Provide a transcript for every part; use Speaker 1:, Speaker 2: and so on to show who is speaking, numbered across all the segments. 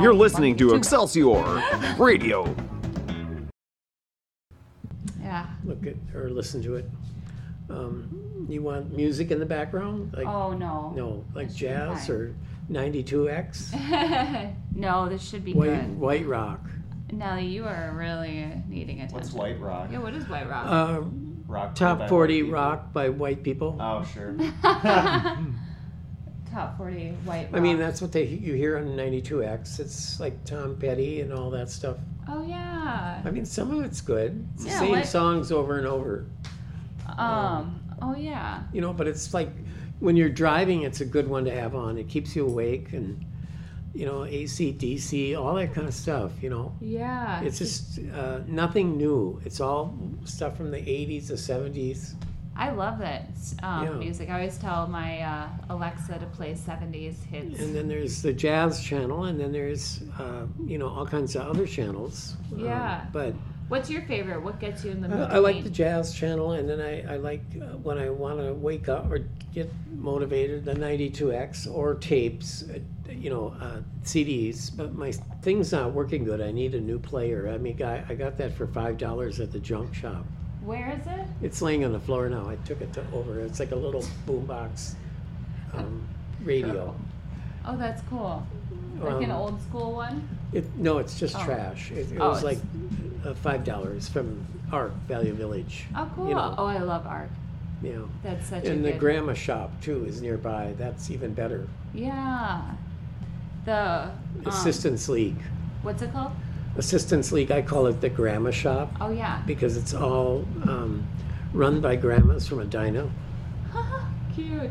Speaker 1: You're listening to Excelsior Radio.
Speaker 2: Yeah.
Speaker 3: look at or listen to it. Um, you want music in the background, like
Speaker 2: Oh, no.
Speaker 3: no, like
Speaker 2: That should be
Speaker 3: jazz
Speaker 2: fine.
Speaker 3: or 92X,
Speaker 2: No, this should be
Speaker 3: white,
Speaker 2: good.
Speaker 3: white rock.
Speaker 2: Nellie, you are really needing attention.
Speaker 4: What's White Rock?
Speaker 2: Yeah, what is White Rock?
Speaker 3: Uh,
Speaker 4: rock by
Speaker 3: top
Speaker 4: white
Speaker 3: 40
Speaker 4: people.
Speaker 3: rock by white people.
Speaker 4: Oh, sure.
Speaker 2: Top 40 White Rock.
Speaker 3: I
Speaker 4: uh.
Speaker 3: mean, that's what they you hear on 92X. It's like Tom Petty and all that stuff.
Speaker 2: Oh, yeah.
Speaker 3: I mean, some of it's good. It's the
Speaker 2: Yeah,
Speaker 3: same
Speaker 2: what-
Speaker 3: songs over and over,
Speaker 2: Um,
Speaker 3: uh,
Speaker 2: oh, yeah.
Speaker 3: you know. But it's like when you're driving, it's a good one to have on. It keeps you awake and you know AC/DC, all that kind of stuff. You know.
Speaker 2: Yeah.
Speaker 3: It's just uh, nothing new. It's all stuff from the 80s, the 70s.
Speaker 2: I love that um,
Speaker 3: Yeah.
Speaker 2: music. I always tell my uh, Alexa to play 70s hits.
Speaker 3: And then there's the jazz channel, and then there's, uh, you know, all kinds of other channels. Um,
Speaker 2: Yeah.
Speaker 3: but
Speaker 2: What's your favorite? What gets you in the mood?
Speaker 3: uh,
Speaker 2: to
Speaker 3: I like
Speaker 2: paint?
Speaker 3: the jazz channel, and then I, I like uh, when I want to wake up or get motivated, the 92X or tapes, uh, you know, uh, CDs. But my thing's not working good. I need a new player. I mean, I, I got that for $5 at the junk shop.
Speaker 2: Where is it?
Speaker 3: It's laying on the floor now. I took it to over. It's like a little boombox um, radio.
Speaker 2: Oh, that's cool. Like an
Speaker 3: Um,
Speaker 2: old school one?
Speaker 3: It, no, it's just
Speaker 2: Oh.
Speaker 3: trash. It, it
Speaker 2: Oh,
Speaker 3: was like
Speaker 2: it's-
Speaker 3: uh, five dollars from Arc Value Village.
Speaker 2: Oh, cool.
Speaker 3: know.
Speaker 2: oh, I love art.
Speaker 3: You know,
Speaker 2: That's such
Speaker 3: and
Speaker 2: a
Speaker 3: the
Speaker 2: good...
Speaker 3: grandma shop too is nearby. That's even better.
Speaker 2: Yeah. The... Um,
Speaker 3: Assistance League,
Speaker 2: What's it called?
Speaker 3: Assistance League. I call it the grandma shop
Speaker 2: Oh, yeah.
Speaker 3: because it's all um, run by grandmas from Edina.
Speaker 2: Cute.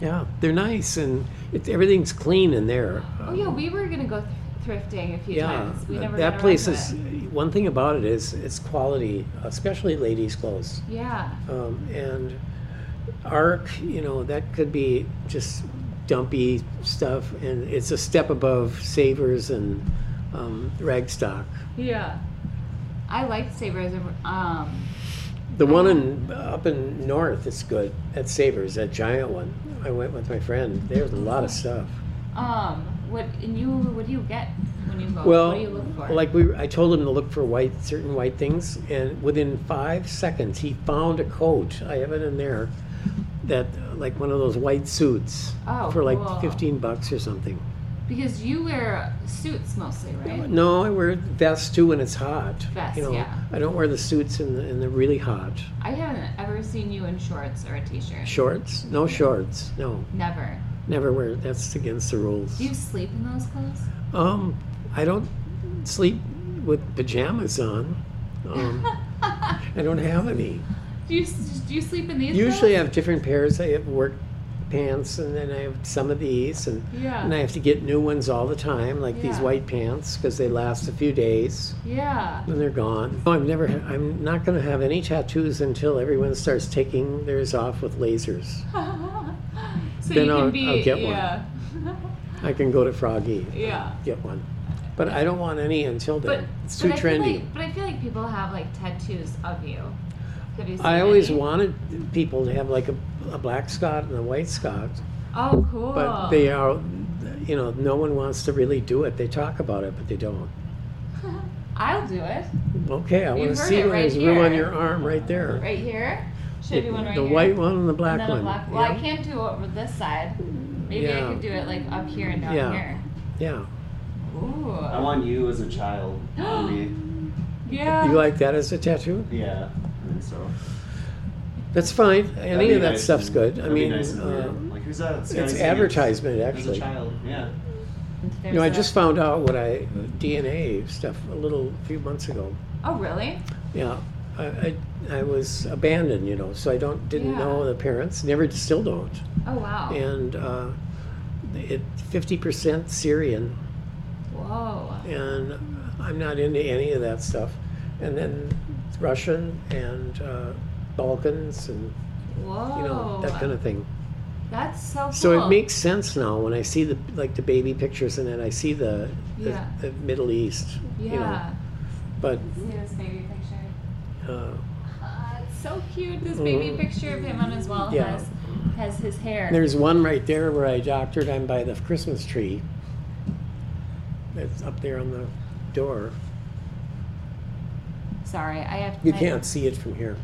Speaker 3: Yeah, they're nice and it, everything's clean in there.
Speaker 2: Oh, yeah, we were going to go thrifting a few
Speaker 3: Um, Yeah,
Speaker 2: times. We
Speaker 3: uh,
Speaker 2: never got
Speaker 3: that
Speaker 2: around
Speaker 3: place
Speaker 2: to
Speaker 3: is.
Speaker 2: it.
Speaker 3: One thing about it is it's quality, especially ladies' clothes.
Speaker 2: Yeah.
Speaker 3: Um, and Arc, you know, that could be just dumpy stuff, and it's a step above Savers and um, Ragstock.
Speaker 2: Yeah. I liked Sabres. Um,
Speaker 3: The one in up in north is good at Savers, that giant one. I went with my friend. There's a lot of stuff.
Speaker 2: um, what and you? What do you get when you go? what do you
Speaker 3: Well,
Speaker 2: look for?
Speaker 3: like we, I told him to look for white, certain white things, and within five seconds, he found a coat. I have it in there, that like one of those white suits
Speaker 2: Oh,
Speaker 3: for like
Speaker 2: cool.
Speaker 3: fifteen bucks or something.
Speaker 2: because you wear suits mostly, right?
Speaker 3: No, I wear vests too when it's hot.
Speaker 2: Vests,
Speaker 3: you know,
Speaker 2: yeah.
Speaker 3: I don't wear the suits in the in the really hot
Speaker 2: I haven't ever seen you in shorts or a t-shirt.
Speaker 3: shorts. No shorts. No,
Speaker 2: Never.
Speaker 3: never wear. That's against the rules.
Speaker 2: Do you sleep in those clothes?
Speaker 3: Um, I don't sleep with pajamas on. Um, I don't have any.
Speaker 2: Do you s- do you sleep in these?
Speaker 3: Usually
Speaker 2: clothes?
Speaker 3: I have different pairs. I have work pants and then I have some of these and
Speaker 2: Yeah.
Speaker 3: and I have to get new ones all the time like these
Speaker 2: Yeah.
Speaker 3: white pants because they last a few days
Speaker 2: Yeah.
Speaker 3: and they're gone. No, I'm never I'm not going to have any tattoos until everyone starts taking theirs off with lasers.
Speaker 2: so
Speaker 3: Then
Speaker 2: you can
Speaker 3: I'll-
Speaker 2: be.
Speaker 3: I'll get one.
Speaker 2: yeah.
Speaker 3: I can go to Froggy
Speaker 2: yeah.
Speaker 3: get one. But I don't want any until
Speaker 2: But
Speaker 3: then. it's too
Speaker 2: but I
Speaker 3: trendy.
Speaker 2: Feel like, but I feel like people have like tattoos of you. Have you seen
Speaker 3: I always
Speaker 2: any?
Speaker 3: wanted people to have like a, a black Scott and a white Scott,
Speaker 2: Oh, cool.
Speaker 3: but they are, you know, no one wants to really do it. They talk about it, but they don't.
Speaker 2: I'll do it.
Speaker 3: Okay, I
Speaker 2: You
Speaker 3: want to
Speaker 2: heard
Speaker 3: see
Speaker 2: it
Speaker 3: where
Speaker 2: right
Speaker 3: there's room on
Speaker 2: here.
Speaker 3: your arm right there.
Speaker 2: Right here. Should be one right
Speaker 3: the
Speaker 2: here.
Speaker 3: white one and the black
Speaker 2: and then
Speaker 3: one.
Speaker 2: a black. Well, I
Speaker 3: Yeah.
Speaker 2: can't do over this side. Maybe
Speaker 3: Yeah.
Speaker 2: I could do it like up here and down
Speaker 3: Yeah.
Speaker 2: here.
Speaker 3: yeah.
Speaker 2: Ooh.
Speaker 4: I want you as a child. for me.
Speaker 2: yeah.
Speaker 3: You like that as a tattoo?
Speaker 4: Yeah. I think so.
Speaker 3: That's fine.
Speaker 4: That'd
Speaker 3: Any
Speaker 4: be
Speaker 3: of that
Speaker 4: nice
Speaker 3: stuff's
Speaker 4: and-
Speaker 3: good. I
Speaker 4: that'd be
Speaker 3: mean,
Speaker 4: nice and weird.
Speaker 3: uh,
Speaker 4: like who's that? It's,
Speaker 3: it's advertisement, actually.
Speaker 4: As a child, yeah.
Speaker 2: There's
Speaker 3: you know, I
Speaker 2: a-
Speaker 3: just found out what I DNA stuff a little few months ago.
Speaker 2: Oh really?
Speaker 3: Yeah, I, I, I was abandoned, you know, so I don't didn't
Speaker 2: Yeah.
Speaker 3: know the parents. Never, still don't.
Speaker 2: Oh wow.
Speaker 3: And uh, it fifty percent Syrian,
Speaker 2: Whoa.
Speaker 3: and I'm not into any of that stuff. And then Russian and uh, Balkans and
Speaker 2: Whoa.
Speaker 3: you know that kind of thing.
Speaker 2: That's so cool.
Speaker 3: So it makes sense now when I see the like the baby pictures and then I see the the,
Speaker 2: Yeah.
Speaker 3: the Middle East.
Speaker 2: Yeah.
Speaker 3: You know, but
Speaker 2: See this baby picture.
Speaker 3: uh,
Speaker 2: Ah, it's so cute. This baby
Speaker 3: Mm.
Speaker 2: picture of him on his wall
Speaker 3: Yeah.
Speaker 2: has has his hair.
Speaker 3: there's one right there where I doctored on by the Christmas tree. It's up there on the door.
Speaker 2: Sorry, I have.
Speaker 3: You
Speaker 2: my-
Speaker 3: can't see it from here.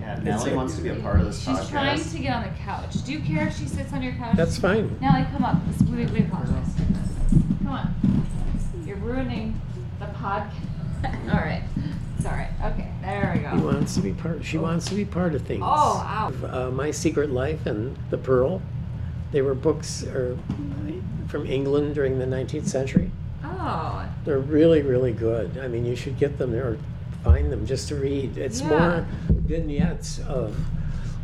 Speaker 4: Yeah,
Speaker 3: It's
Speaker 4: Nellie
Speaker 3: a-
Speaker 4: wants to be a part of this
Speaker 2: She's trying
Speaker 4: podcast.
Speaker 2: to get on the couch. Do you care if she sits on your couch?
Speaker 3: That's fine.
Speaker 2: Now, like, come up. Let's- We, we apologize. Come on. You're ruining the podcast. all right. It's all right. Okay. There we
Speaker 3: He
Speaker 2: go.
Speaker 3: wants to be part. She wants to be part of things.
Speaker 2: Oh, ow.
Speaker 3: uh, My Secret Life and The Pearl. They were books or, from England during the 19th century.
Speaker 2: Oh.
Speaker 3: They're really, really good. I mean, you should get them or find them just to read. It's
Speaker 2: Yeah.
Speaker 3: more vignettes of,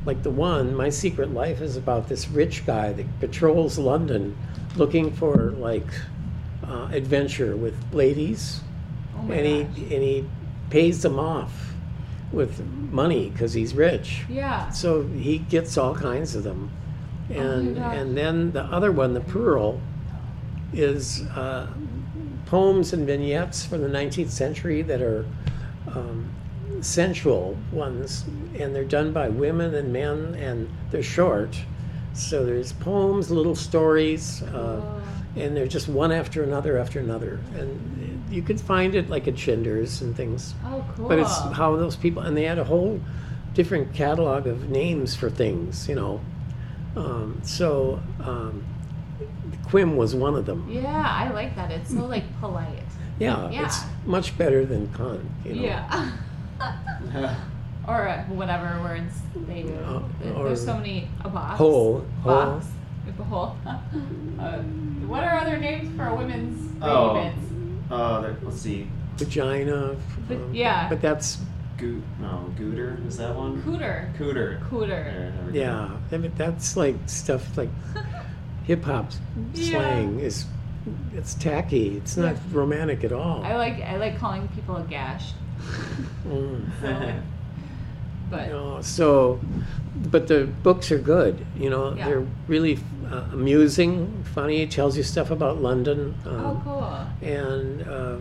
Speaker 3: like the one, My Secret Life is about this rich guy that patrols London looking for like uh, adventure with ladies.
Speaker 2: Oh my
Speaker 3: and he,
Speaker 2: gosh.
Speaker 3: and he pays them off with money because he's rich.
Speaker 2: Yeah. Oh
Speaker 3: So he gets all kinds of them. And,
Speaker 2: gosh.
Speaker 3: and then the other one, The Pearl, is uh, poems and vignettes from the 19th century that are um, sensual ones, and they're done by women and men, and they're short. So there's poems, little stories,
Speaker 2: Oh,
Speaker 3: uh, and they're just one after another after another. And you could find it like at Chinder's and things.
Speaker 2: Oh, cool.
Speaker 3: But it's how those people, and they had a whole different catalog of names for things, you know. Um, so um, Quim was one of them.
Speaker 2: yeah, I like that. It's so like polite.
Speaker 3: Yeah,
Speaker 2: Yeah.
Speaker 3: it's much better than con, you know.
Speaker 2: Yeah. or uh, whatever words they do.
Speaker 3: Uh,
Speaker 2: There-
Speaker 3: or-
Speaker 2: There's so many a box.
Speaker 3: Hole, hole.
Speaker 2: Box. With the hole. uh, what are other names for women's
Speaker 4: Oh.
Speaker 2: events?
Speaker 4: Uh, there, let's see.
Speaker 3: Vagina.
Speaker 2: But-
Speaker 3: um,
Speaker 2: yeah.
Speaker 3: But that's,
Speaker 4: Goot, no, Gooter, is that one?
Speaker 2: Cooter.
Speaker 4: Cooter.
Speaker 2: Cooter.
Speaker 4: There, there we go.
Speaker 3: yeah, I mean, that's like stuff like hip hop
Speaker 2: Yeah.
Speaker 3: slang is, it's tacky. It's not romantic at all.
Speaker 2: I like I like calling people a gash,
Speaker 3: Mm.
Speaker 2: So, but
Speaker 3: You know, so, but the books are good. You know,
Speaker 2: Yeah.
Speaker 3: they're really uh, amusing, funny. It tells you stuff about London,
Speaker 2: oh
Speaker 3: um,
Speaker 2: cool.
Speaker 3: and uh,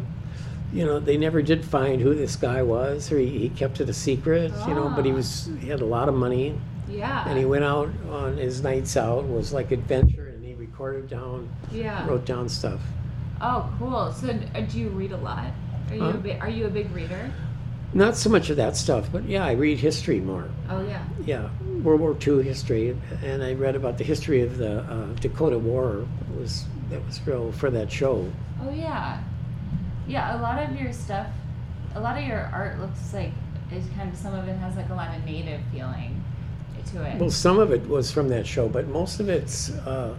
Speaker 3: you know they never did find who this guy was, or he, he kept it a secret. You know, but he
Speaker 2: Ah.
Speaker 3: was he had a lot of money,
Speaker 2: Yeah.
Speaker 3: and he went out on his nights out was like adventure, and he recorded down,
Speaker 2: yeah.
Speaker 3: wrote down stuff.
Speaker 2: Oh cool. So uh, do you read a lot? Are you
Speaker 3: Huh?
Speaker 2: a big, are you a big reader?
Speaker 3: Not so much of that stuff, but yeah, I read history more.
Speaker 2: Oh yeah.
Speaker 3: yeah, World War II history, and I read about the history of the uh, Dakota War. It was that was real for that show.
Speaker 2: Oh yeah. Yeah, a lot of your stuff, a lot of your art looks like it's kind of some of it has like a lot of native feeling to it.
Speaker 3: Well, some of it was from that show, but most of it's uh,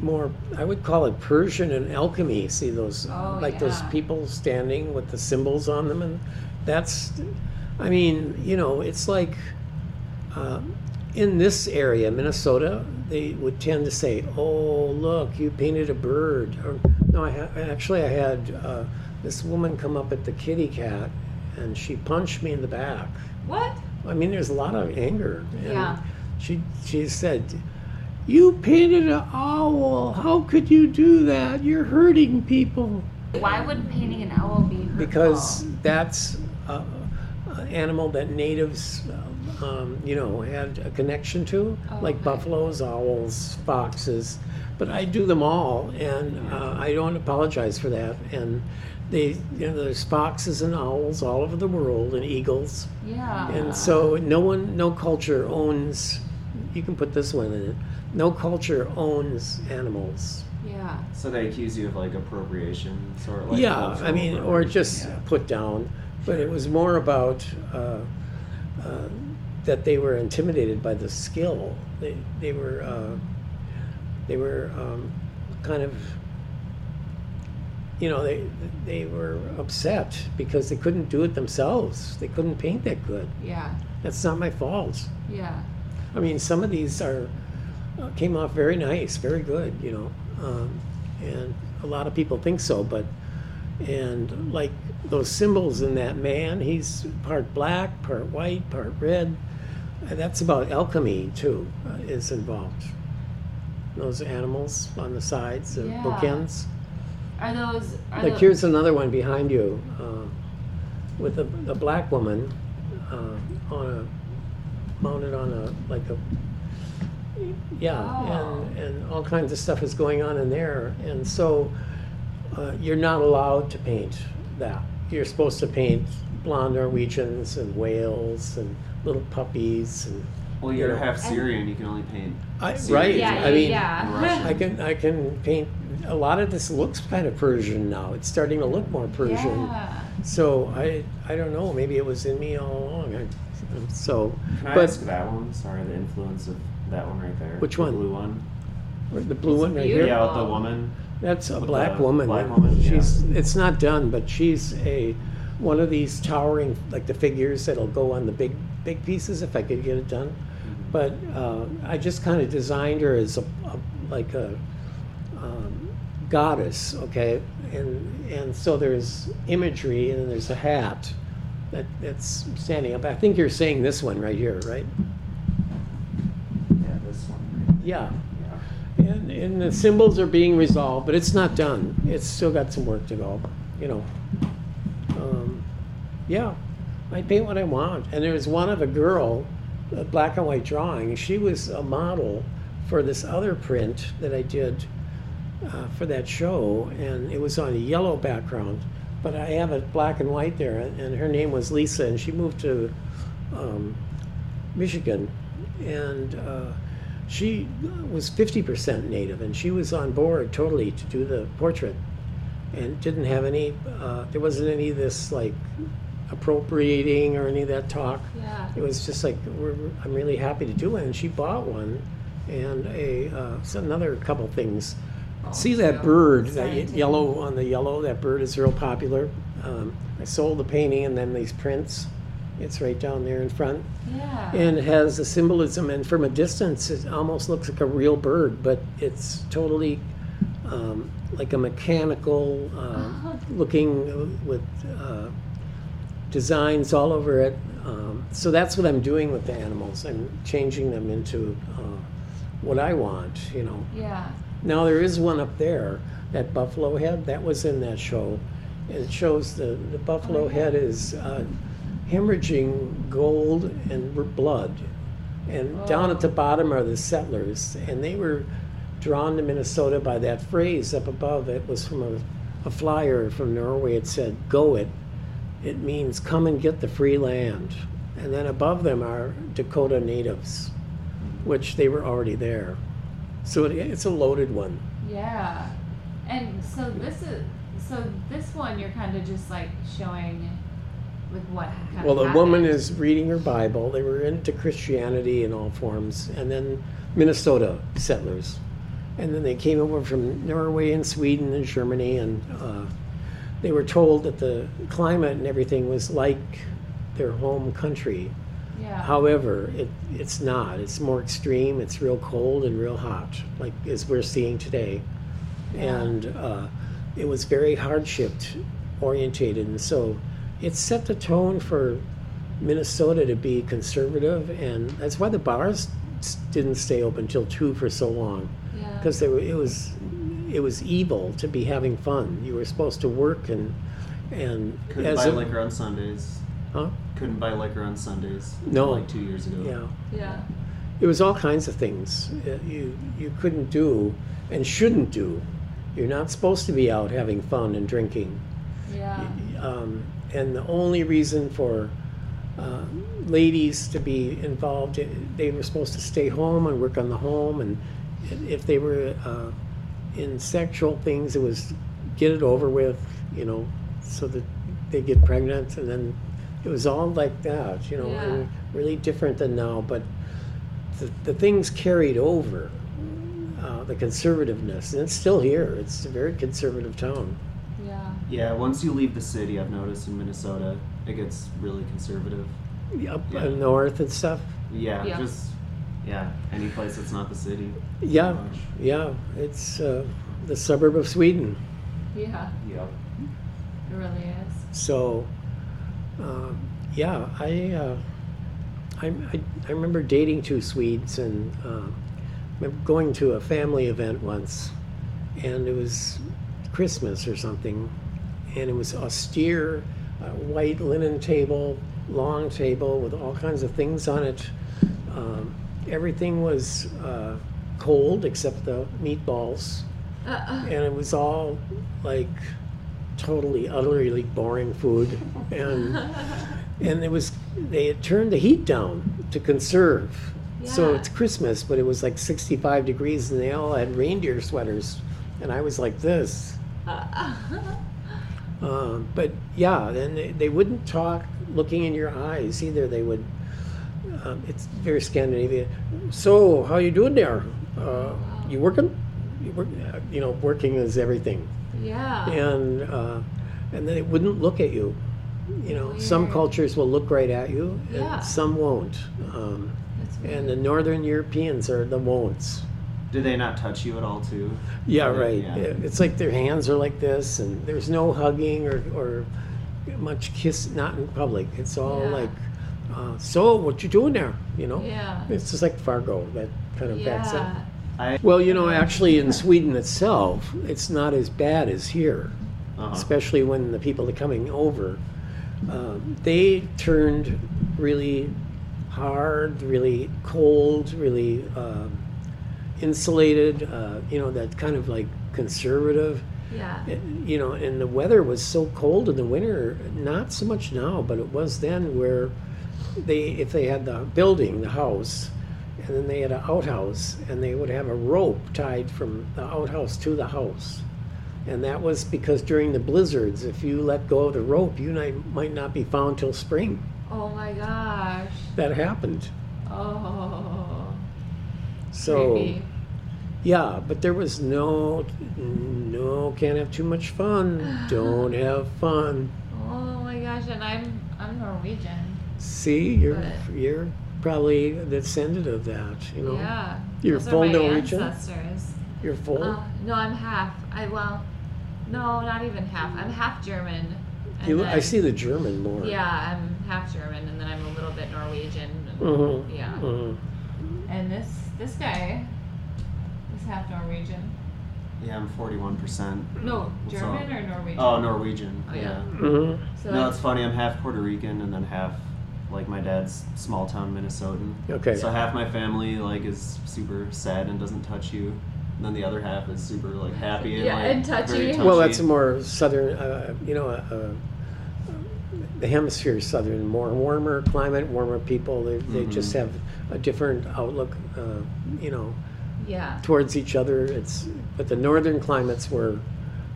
Speaker 3: more. I would call it Persian and alchemy. See those
Speaker 2: Oh,
Speaker 3: like those
Speaker 2: yeah.
Speaker 3: people standing with the symbols on them, and that's. I mean, you know, it's like. Uh, in this area, Minnesota, they would tend to say, "Oh, look, you painted a bird." Or, no, I ha- actually I had uh, this woman come up at the kitty cat, and she punched me in the back.
Speaker 2: what?
Speaker 3: I mean, there's a lot of anger. and
Speaker 2: Yeah.
Speaker 3: She she said, "You painted an owl. How could you do that? You're hurting people."
Speaker 2: Why would painting an owl be hurtful? Oh.
Speaker 3: Because that's a, an animal that natives, um, you know, had a connection to,
Speaker 2: Oh,
Speaker 3: like
Speaker 2: okay.
Speaker 3: buffaloes, owls, foxes. But I do them all, and uh, I don't apologize for that. And they, you know, there's foxes and owls all over the world, and eagles.
Speaker 2: yeah.
Speaker 3: And so no one, no culture owns, you can put this one in it, no culture owns animals.
Speaker 2: yeah.
Speaker 4: So they accuse you of like appropriation, sort of like.
Speaker 3: yeah,
Speaker 4: cultural
Speaker 3: I mean, or
Speaker 4: appropriation,
Speaker 3: just
Speaker 4: yeah.
Speaker 3: put down. But it was more about uh, uh, that they were intimidated by the skill. They, they were, uh, they were um, kind of, you know, they, they were upset because they couldn't do it themselves. They couldn't paint that good.
Speaker 2: Yeah.
Speaker 3: That's not my fault.
Speaker 2: Yeah.
Speaker 3: I mean, some of these are uh, came off very nice, very good, you know, um, and a lot of people think so. But and like those symbols in that man, he's part black, part white, part red. And that's about alchemy too uh, is involved. Those animals on the sides, the
Speaker 2: Yeah.
Speaker 3: bookends.
Speaker 2: Are those are
Speaker 3: Like
Speaker 2: tho-
Speaker 3: here's another one behind you, uh, with a, a black woman, uh, on a, mounted on a, like a, yeah,
Speaker 2: Oh.
Speaker 3: and, and all kinds of stuff is going on in there. And so uh, you're not allowed to paint that. You're supposed to paint blonde Norwegians and whales and little puppies and
Speaker 4: Well, you're
Speaker 3: Yeah.
Speaker 4: half Syrian. You can only paint.
Speaker 3: I,
Speaker 4: Syrian.
Speaker 3: right.
Speaker 2: Yeah,
Speaker 3: I mean,
Speaker 2: yeah.
Speaker 4: Russian.
Speaker 3: I can I can paint. A lot of this looks kind of Persian now. It's starting to look more Persian.
Speaker 2: Yeah.
Speaker 3: So I I don't know. Maybe it was in me all along. I, so,
Speaker 4: Can I
Speaker 3: but
Speaker 4: ask that one? Sorry, the influence of that one right there.
Speaker 3: Which
Speaker 4: the
Speaker 3: one?
Speaker 4: Blue one.
Speaker 3: the blue one right here.
Speaker 4: Yeah, with the woman.
Speaker 3: That's a
Speaker 4: With
Speaker 3: black
Speaker 4: the
Speaker 3: woman.
Speaker 4: black woman,
Speaker 3: She's it's not done, but she's a one of these towering like the figures that'll go on the big big pieces if I could get it done.
Speaker 4: Mm-hmm.
Speaker 3: But uh, I just kind of designed her as a, a like a um, goddess, okay? And and so there's imagery and then there's a hat that that's standing up. I think you're saying this one right here, right?
Speaker 4: Yeah, this one.
Speaker 3: Yeah.
Speaker 4: Right? Yeah.
Speaker 3: And, and the symbols are being resolved, but it's not done. It's still got some work to go, you know. Um, yeah, I paint what I want. And there was one of a girl, a black and white drawing. She was a model for this other print that I did uh, for that show, and it was on a yellow background. But I have it black and white there, and her name was Lisa, and she moved to um, Michigan, and uh, she uh, was 50% native, and she was on board totally to do the portrait, and didn't have any. Uh, there wasn't any of this like appropriating or any of that talk.
Speaker 2: Yeah.
Speaker 3: It was just like we're, I'm really happy to do it, and she bought one, and a uh, so another couple things. See that
Speaker 2: so
Speaker 3: bird, that
Speaker 2: exciting.
Speaker 3: ye- yellow on the yellow. That bird is real popular. Um, I sold the painting and then these prints. It's right down there in front
Speaker 2: Yeah.
Speaker 3: and it has the symbolism and from a distance it almost looks like a real bird but it's totally um, like a mechanical uh,
Speaker 2: Oh.
Speaker 3: looking with uh, designs all over it um, so that's what i'm doing with the animals i'm changing them into uh, what i want you know
Speaker 2: yeah.
Speaker 3: now there is one up there, that buffalo head that was in that show. It shows the, the buffalo head is uh, hemorrhaging gold and r- blood. And down at the bottom are the settlers, and they were drawn to Minnesota by that phrase up above. It was from a, a flyer from Norway. It said, "Go it." It means come and get the free land. And then above them are Dakota natives, which they were already there. So it, it's a loaded one.
Speaker 2: Yeah. And so this is so this one you're kind of just like showing with what kind
Speaker 3: Well,
Speaker 2: of
Speaker 3: the woman
Speaker 2: happened.
Speaker 3: is reading her Bible. They were into Christianity in all forms, and then Minnesota settlers, and then they came over from Norway and Sweden and Germany, and uh, they were told that the climate and everything was like their home country.
Speaker 2: yeah.
Speaker 3: However, it, it's not. It's more extreme. It's real cold and real hot, like as we're seeing today. And uh, it was very hardship orientated. And so it set the tone for Minnesota to be conservative. And that's why the bars s- didn't stay open till 2 for so long.
Speaker 2: yeah.
Speaker 3: Because it was it was evil to be having fun. You were supposed to work and and
Speaker 4: Couldn't buy liquor on Sundays.
Speaker 3: huh?
Speaker 4: Couldn't buy liquor on Sundays.
Speaker 3: No.
Speaker 4: Like two years ago.
Speaker 3: yeah.
Speaker 2: yeah.
Speaker 3: It was all kinds of things uh, you you couldn't do and shouldn't do. You're not supposed to be out having fun and drinking.
Speaker 2: Yeah.
Speaker 3: Um, and the only reason for uh, ladies to be involved, i- they were supposed to stay home and work on the home. And i- if they were uh, in sexual things, it was get it over with, you know, so that they get pregnant. And then it was all like that, you know,
Speaker 2: Yeah.
Speaker 3: and really different than now. But the, the things carried over, uh, the conservativeness, and it's still here. It's a very conservative town.
Speaker 2: Yeah.
Speaker 4: Yeah, once you leave the city, I've noticed in Minnesota, it gets really conservative.
Speaker 3: Up
Speaker 4: Yeah.
Speaker 3: north and stuff.
Speaker 4: Yeah,
Speaker 2: Yeah.
Speaker 4: just yeah, any place that's not the city.
Speaker 3: Yeah, yeah, it's uh, the suburb of Sweden.
Speaker 2: Yeah.
Speaker 4: Yep.
Speaker 2: It really is.
Speaker 3: So, um, yeah, I, uh, I, I, I remember dating two Swedes and uh, remember going to a family event once, and it was Christmas or something, and it was austere, uh, white linen table, long table with all kinds of things on it. Um, everything was uh, cold except the meatballs,
Speaker 2: Uh,
Speaker 3: and it was all like totally utterly boring food, and and it was they had turned the heat down to conserve. So
Speaker 2: Yeah.
Speaker 3: it's Christmas, but it was like 65 degrees, and they all had reindeer sweaters, and I was like this.
Speaker 2: uh,
Speaker 3: Um, but yeah, then they, they wouldn't talk looking in your eyes either. They would. Um, it's very Scandinavian. So how you doing there? Uh, you working? You, work, you know, working is everything,
Speaker 2: yeah.
Speaker 3: and uh, and then they wouldn't look at you. You know, some
Speaker 2: Weird.
Speaker 3: cultures will look right at you, and
Speaker 2: Yeah.
Speaker 3: some won't. Um,
Speaker 2: That's
Speaker 3: and
Speaker 2: weird.
Speaker 3: the Northern Europeans are the won'ts.
Speaker 4: Do they not touch you at all too?
Speaker 3: Yeah, right.
Speaker 4: Yeah.
Speaker 3: It- It's like their hands are like this, and there's no hugging or, or much kiss, not in public. It's all
Speaker 2: Yeah.
Speaker 3: like, uh, so what you doing there? You know,
Speaker 2: Yeah.
Speaker 3: it's just like Fargo that kind of backs up.
Speaker 2: Yeah.
Speaker 3: Well, you know, actually in Sweden itself, it's not as bad as here,
Speaker 4: Uh-huh.
Speaker 3: especially when the people are coming over. Um, they turned really hard, really cold, really um insulated, uh, you know, that kind of like conservative.
Speaker 2: Yeah.
Speaker 3: You know, and the weather was so cold in the winter, not so much now, but it was then where they, if they had the building, the house, and then they had an outhouse, and they would have a rope tied from the outhouse to the house. And that was because during the blizzards, if you let go of the rope, you might, might not be found till spring.
Speaker 2: Oh my gosh.
Speaker 3: That happened.
Speaker 2: Oh.
Speaker 3: So,
Speaker 2: creepy.
Speaker 3: yeah, but there was no, no, can't have too much fun. Don't have fun.
Speaker 2: Oh my gosh, and I'm I'm Norwegian.
Speaker 3: See, you're
Speaker 2: But-
Speaker 3: you're probably a descendant of that. You know,
Speaker 2: Yeah.
Speaker 3: You're
Speaker 2: Those are
Speaker 3: full
Speaker 2: my
Speaker 3: Norwegian?
Speaker 2: ancestors.
Speaker 3: you're full.
Speaker 2: Uh, no, I'm half. I well, no, not even half. I'm half German. and
Speaker 3: you, I
Speaker 2: then-
Speaker 3: see the German more.
Speaker 2: Yeah, I'm half German, and then I'm a little bit Norwegian. and-
Speaker 3: Mhm.
Speaker 2: Yeah.
Speaker 3: Mhm.
Speaker 2: And this this guy is half Norwegian.
Speaker 4: Yeah, I'm 41%.
Speaker 2: No,
Speaker 4: What's
Speaker 2: German
Speaker 4: up?
Speaker 2: or Norwegian.
Speaker 4: Oh, Norwegian.
Speaker 2: Oh, yeah.
Speaker 4: yeah.
Speaker 3: Mhm.
Speaker 2: So
Speaker 4: No,
Speaker 2: that's-
Speaker 4: it's funny. I'm half Puerto Rican and then half, like, my dad's small town Minnesotan.
Speaker 3: Okay.
Speaker 4: So half my family, like, is super sad and doesn't touch you. And then the other half is super, like, happy and,
Speaker 2: Yeah,
Speaker 4: like,
Speaker 2: and touchy.
Speaker 4: very
Speaker 3: well, that's a more southern. Uh, you know, uh, uh, the hemisphere is southern, more warmer climate, warmer people. They, they just have a different outlook. Uh, you know,
Speaker 2: yeah.
Speaker 3: towards each other. It's but the northern climates were,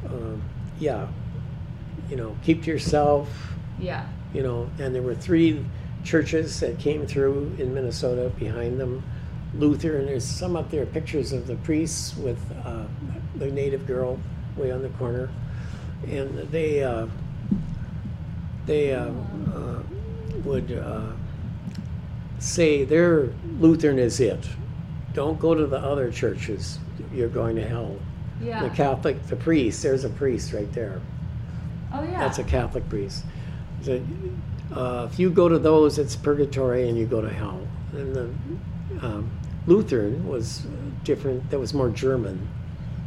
Speaker 3: um, yeah, you know, keep to yourself.
Speaker 2: Yeah.
Speaker 3: you know, and there were three churches that came through in Minnesota behind them. Luther, and there's some up there pictures of the priests with uh, the native girl way on the corner, and they uh, they uh, uh, would uh, say their Lutheran is it. Don't go to the other churches. You're going to hell.
Speaker 2: Yeah.
Speaker 3: The Catholic, the priest. There's a priest right there.
Speaker 2: oh yeah.
Speaker 3: That's a Catholic priest. So, uh, if you go to those, it's purgatory and you go to hell. And the um, Lutheran was different, that was more German.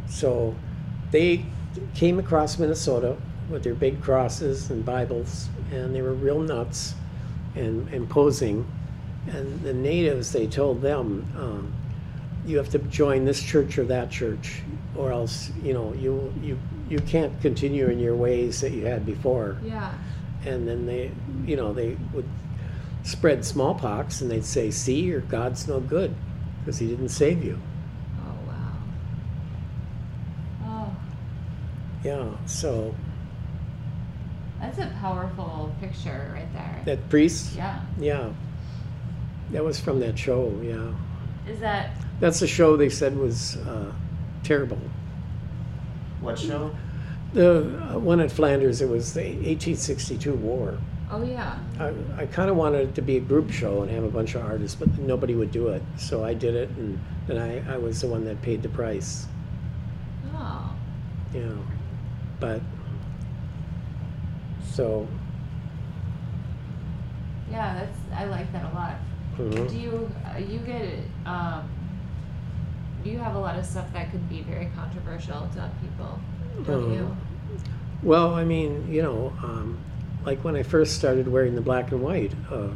Speaker 3: So they came across Minnesota with their big crosses and Bibles, and they were real nuts and imposing. And the natives, they told them, um, you have to join this church or that church, or else you know you you you can't continue in your ways that you had before.
Speaker 2: yeah.
Speaker 3: And then they, you know, they would spread smallpox, and they'd say, "See, your God's no good, because He didn't save you."
Speaker 2: Oh wow. Oh,
Speaker 3: Yeah. So
Speaker 2: that's a powerful picture right there.
Speaker 3: that priest,
Speaker 2: yeah.
Speaker 3: yeah, that was from that show. Yeah,
Speaker 2: Is that
Speaker 3: that's a show they said was uh, terrible.
Speaker 4: What show?
Speaker 3: The uh, one at Flanders, it was the 1862 war.
Speaker 2: Oh yeah.
Speaker 3: I, I kind of wanted it to be a group show and have a bunch of artists, but nobody would do it. So I did it, and then I, I was the one that paid the price.
Speaker 2: Oh.
Speaker 3: Yeah. But, so,
Speaker 2: Yeah, that's I like that a lot.
Speaker 3: mhm.
Speaker 2: Do you uh, you get um you have a lot of stuff that could be very controversial to people, don't
Speaker 3: Mhm.
Speaker 2: you?
Speaker 3: well, I mean, you know, um, like when I first started wearing the black and white, uh,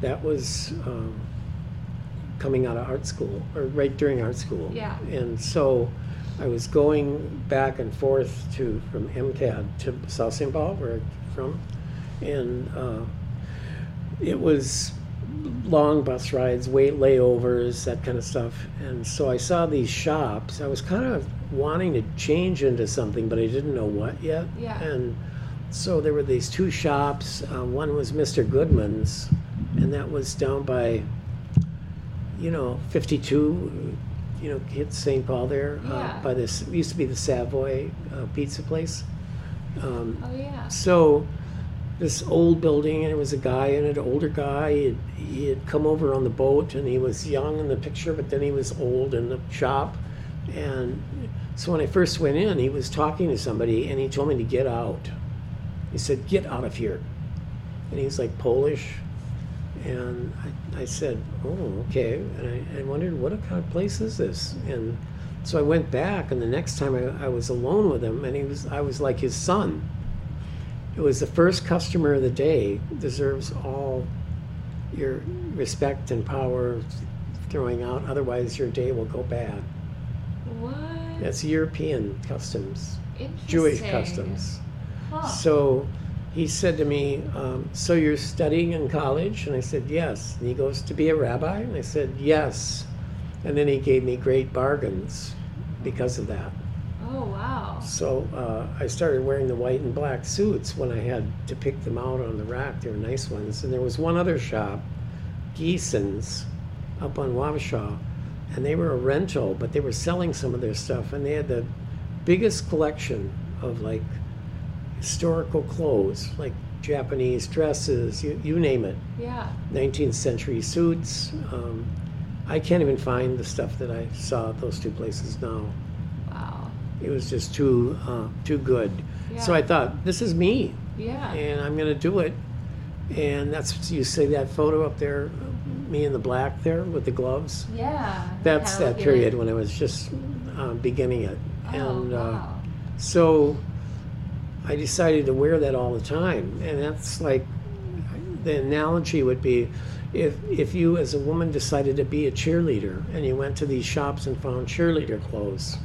Speaker 3: that was um, coming out of art school or right during art school.
Speaker 2: Yeah.
Speaker 3: And so I was going back and forth to from MCAD to South St. Paul, where I'm from, and uh, it was long bus rides, wait layovers, that kind of stuff. And so I saw these shops. I was kind of wanting to change into something, but I didn't know what yet.
Speaker 2: Yeah.
Speaker 3: And so there were these two shops. Uh, one was Mr. Goodman's, and that was down by, you know, 52, you know, hit St. Paul there.
Speaker 2: Yeah.
Speaker 3: Uh, by this, it used to be the Savoy uh, pizza place. Um,
Speaker 2: Oh yeah.
Speaker 3: so this old building and it was a guy and an older guy he had, he had come over on the boat and he was young in the picture but then he was old in the shop and so when i first went in he was talking to somebody and he told me to get out he said get out of here and he's like polish and I, I said, "Oh, okay." And I, I wondered, "What kind of place is this?" And so I went back, and the next time I, I was alone with him, and he was, I was like his son. It was the first customer of the day deserves all your respect and power throwing out. Otherwise, your day will go bad.
Speaker 2: What?
Speaker 3: That's European customs,
Speaker 2: Interesting. Oh.
Speaker 3: Jewish customs.
Speaker 2: Huh.
Speaker 3: So he said to me, um, So you're studying in college? And I said, Yes. And he goes, To be a rabbi? And I said, Yes. And then he gave me great bargains because of that.
Speaker 2: oh wow.
Speaker 3: So uh, I started wearing the white and black suits when I had to pick them out on the rack. They were nice ones. And there was one other shop, Geeson's, up on Wabasha, and they were a rental, but they were selling some of their stuff. And they had the biggest collection of like historical clothes, like Japanese dresses, you, you name it.
Speaker 2: Yeah.
Speaker 3: 19th century suits. Um, I can't even find the stuff that I saw at those two places now
Speaker 2: Wow.
Speaker 3: it was just too uh, too good. So
Speaker 2: Yeah.
Speaker 3: I thought, this is me,
Speaker 2: Yeah.
Speaker 3: and I'm gonna do it. And that's you see that photo up there, me in the black there with the gloves.
Speaker 2: yeah.
Speaker 3: That's
Speaker 2: kinda
Speaker 3: that
Speaker 2: looking
Speaker 3: period
Speaker 2: like-
Speaker 3: when I was just uh, beginning it,
Speaker 2: Oh
Speaker 3: and uh,
Speaker 2: wow.
Speaker 3: so I decided to wear that all the time. And that's like the analogy would be if if you as a woman decided to be a cheerleader and you went to these shops and found cheerleader clothes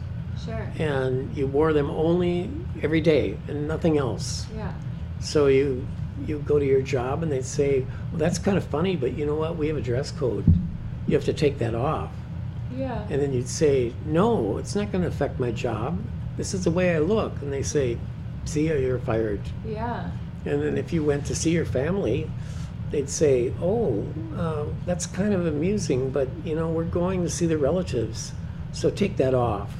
Speaker 2: Sure.
Speaker 3: uh, and you wore them only every day and nothing else.
Speaker 2: Yeah.
Speaker 3: So you you go to your job and they say, "Well, that's kind of funny, but you know what? We have a dress code. You have to take that off."
Speaker 2: Yeah.
Speaker 3: And then you'd say, "No, it's not going to affect my job. This is the way I look." And they say, "See, ya, you're fired."
Speaker 2: Yeah.
Speaker 3: And then if you went to see your family, they'd say, "Oh, um, that's kind of amusing, but you know, we're going to see the relatives, so take that off."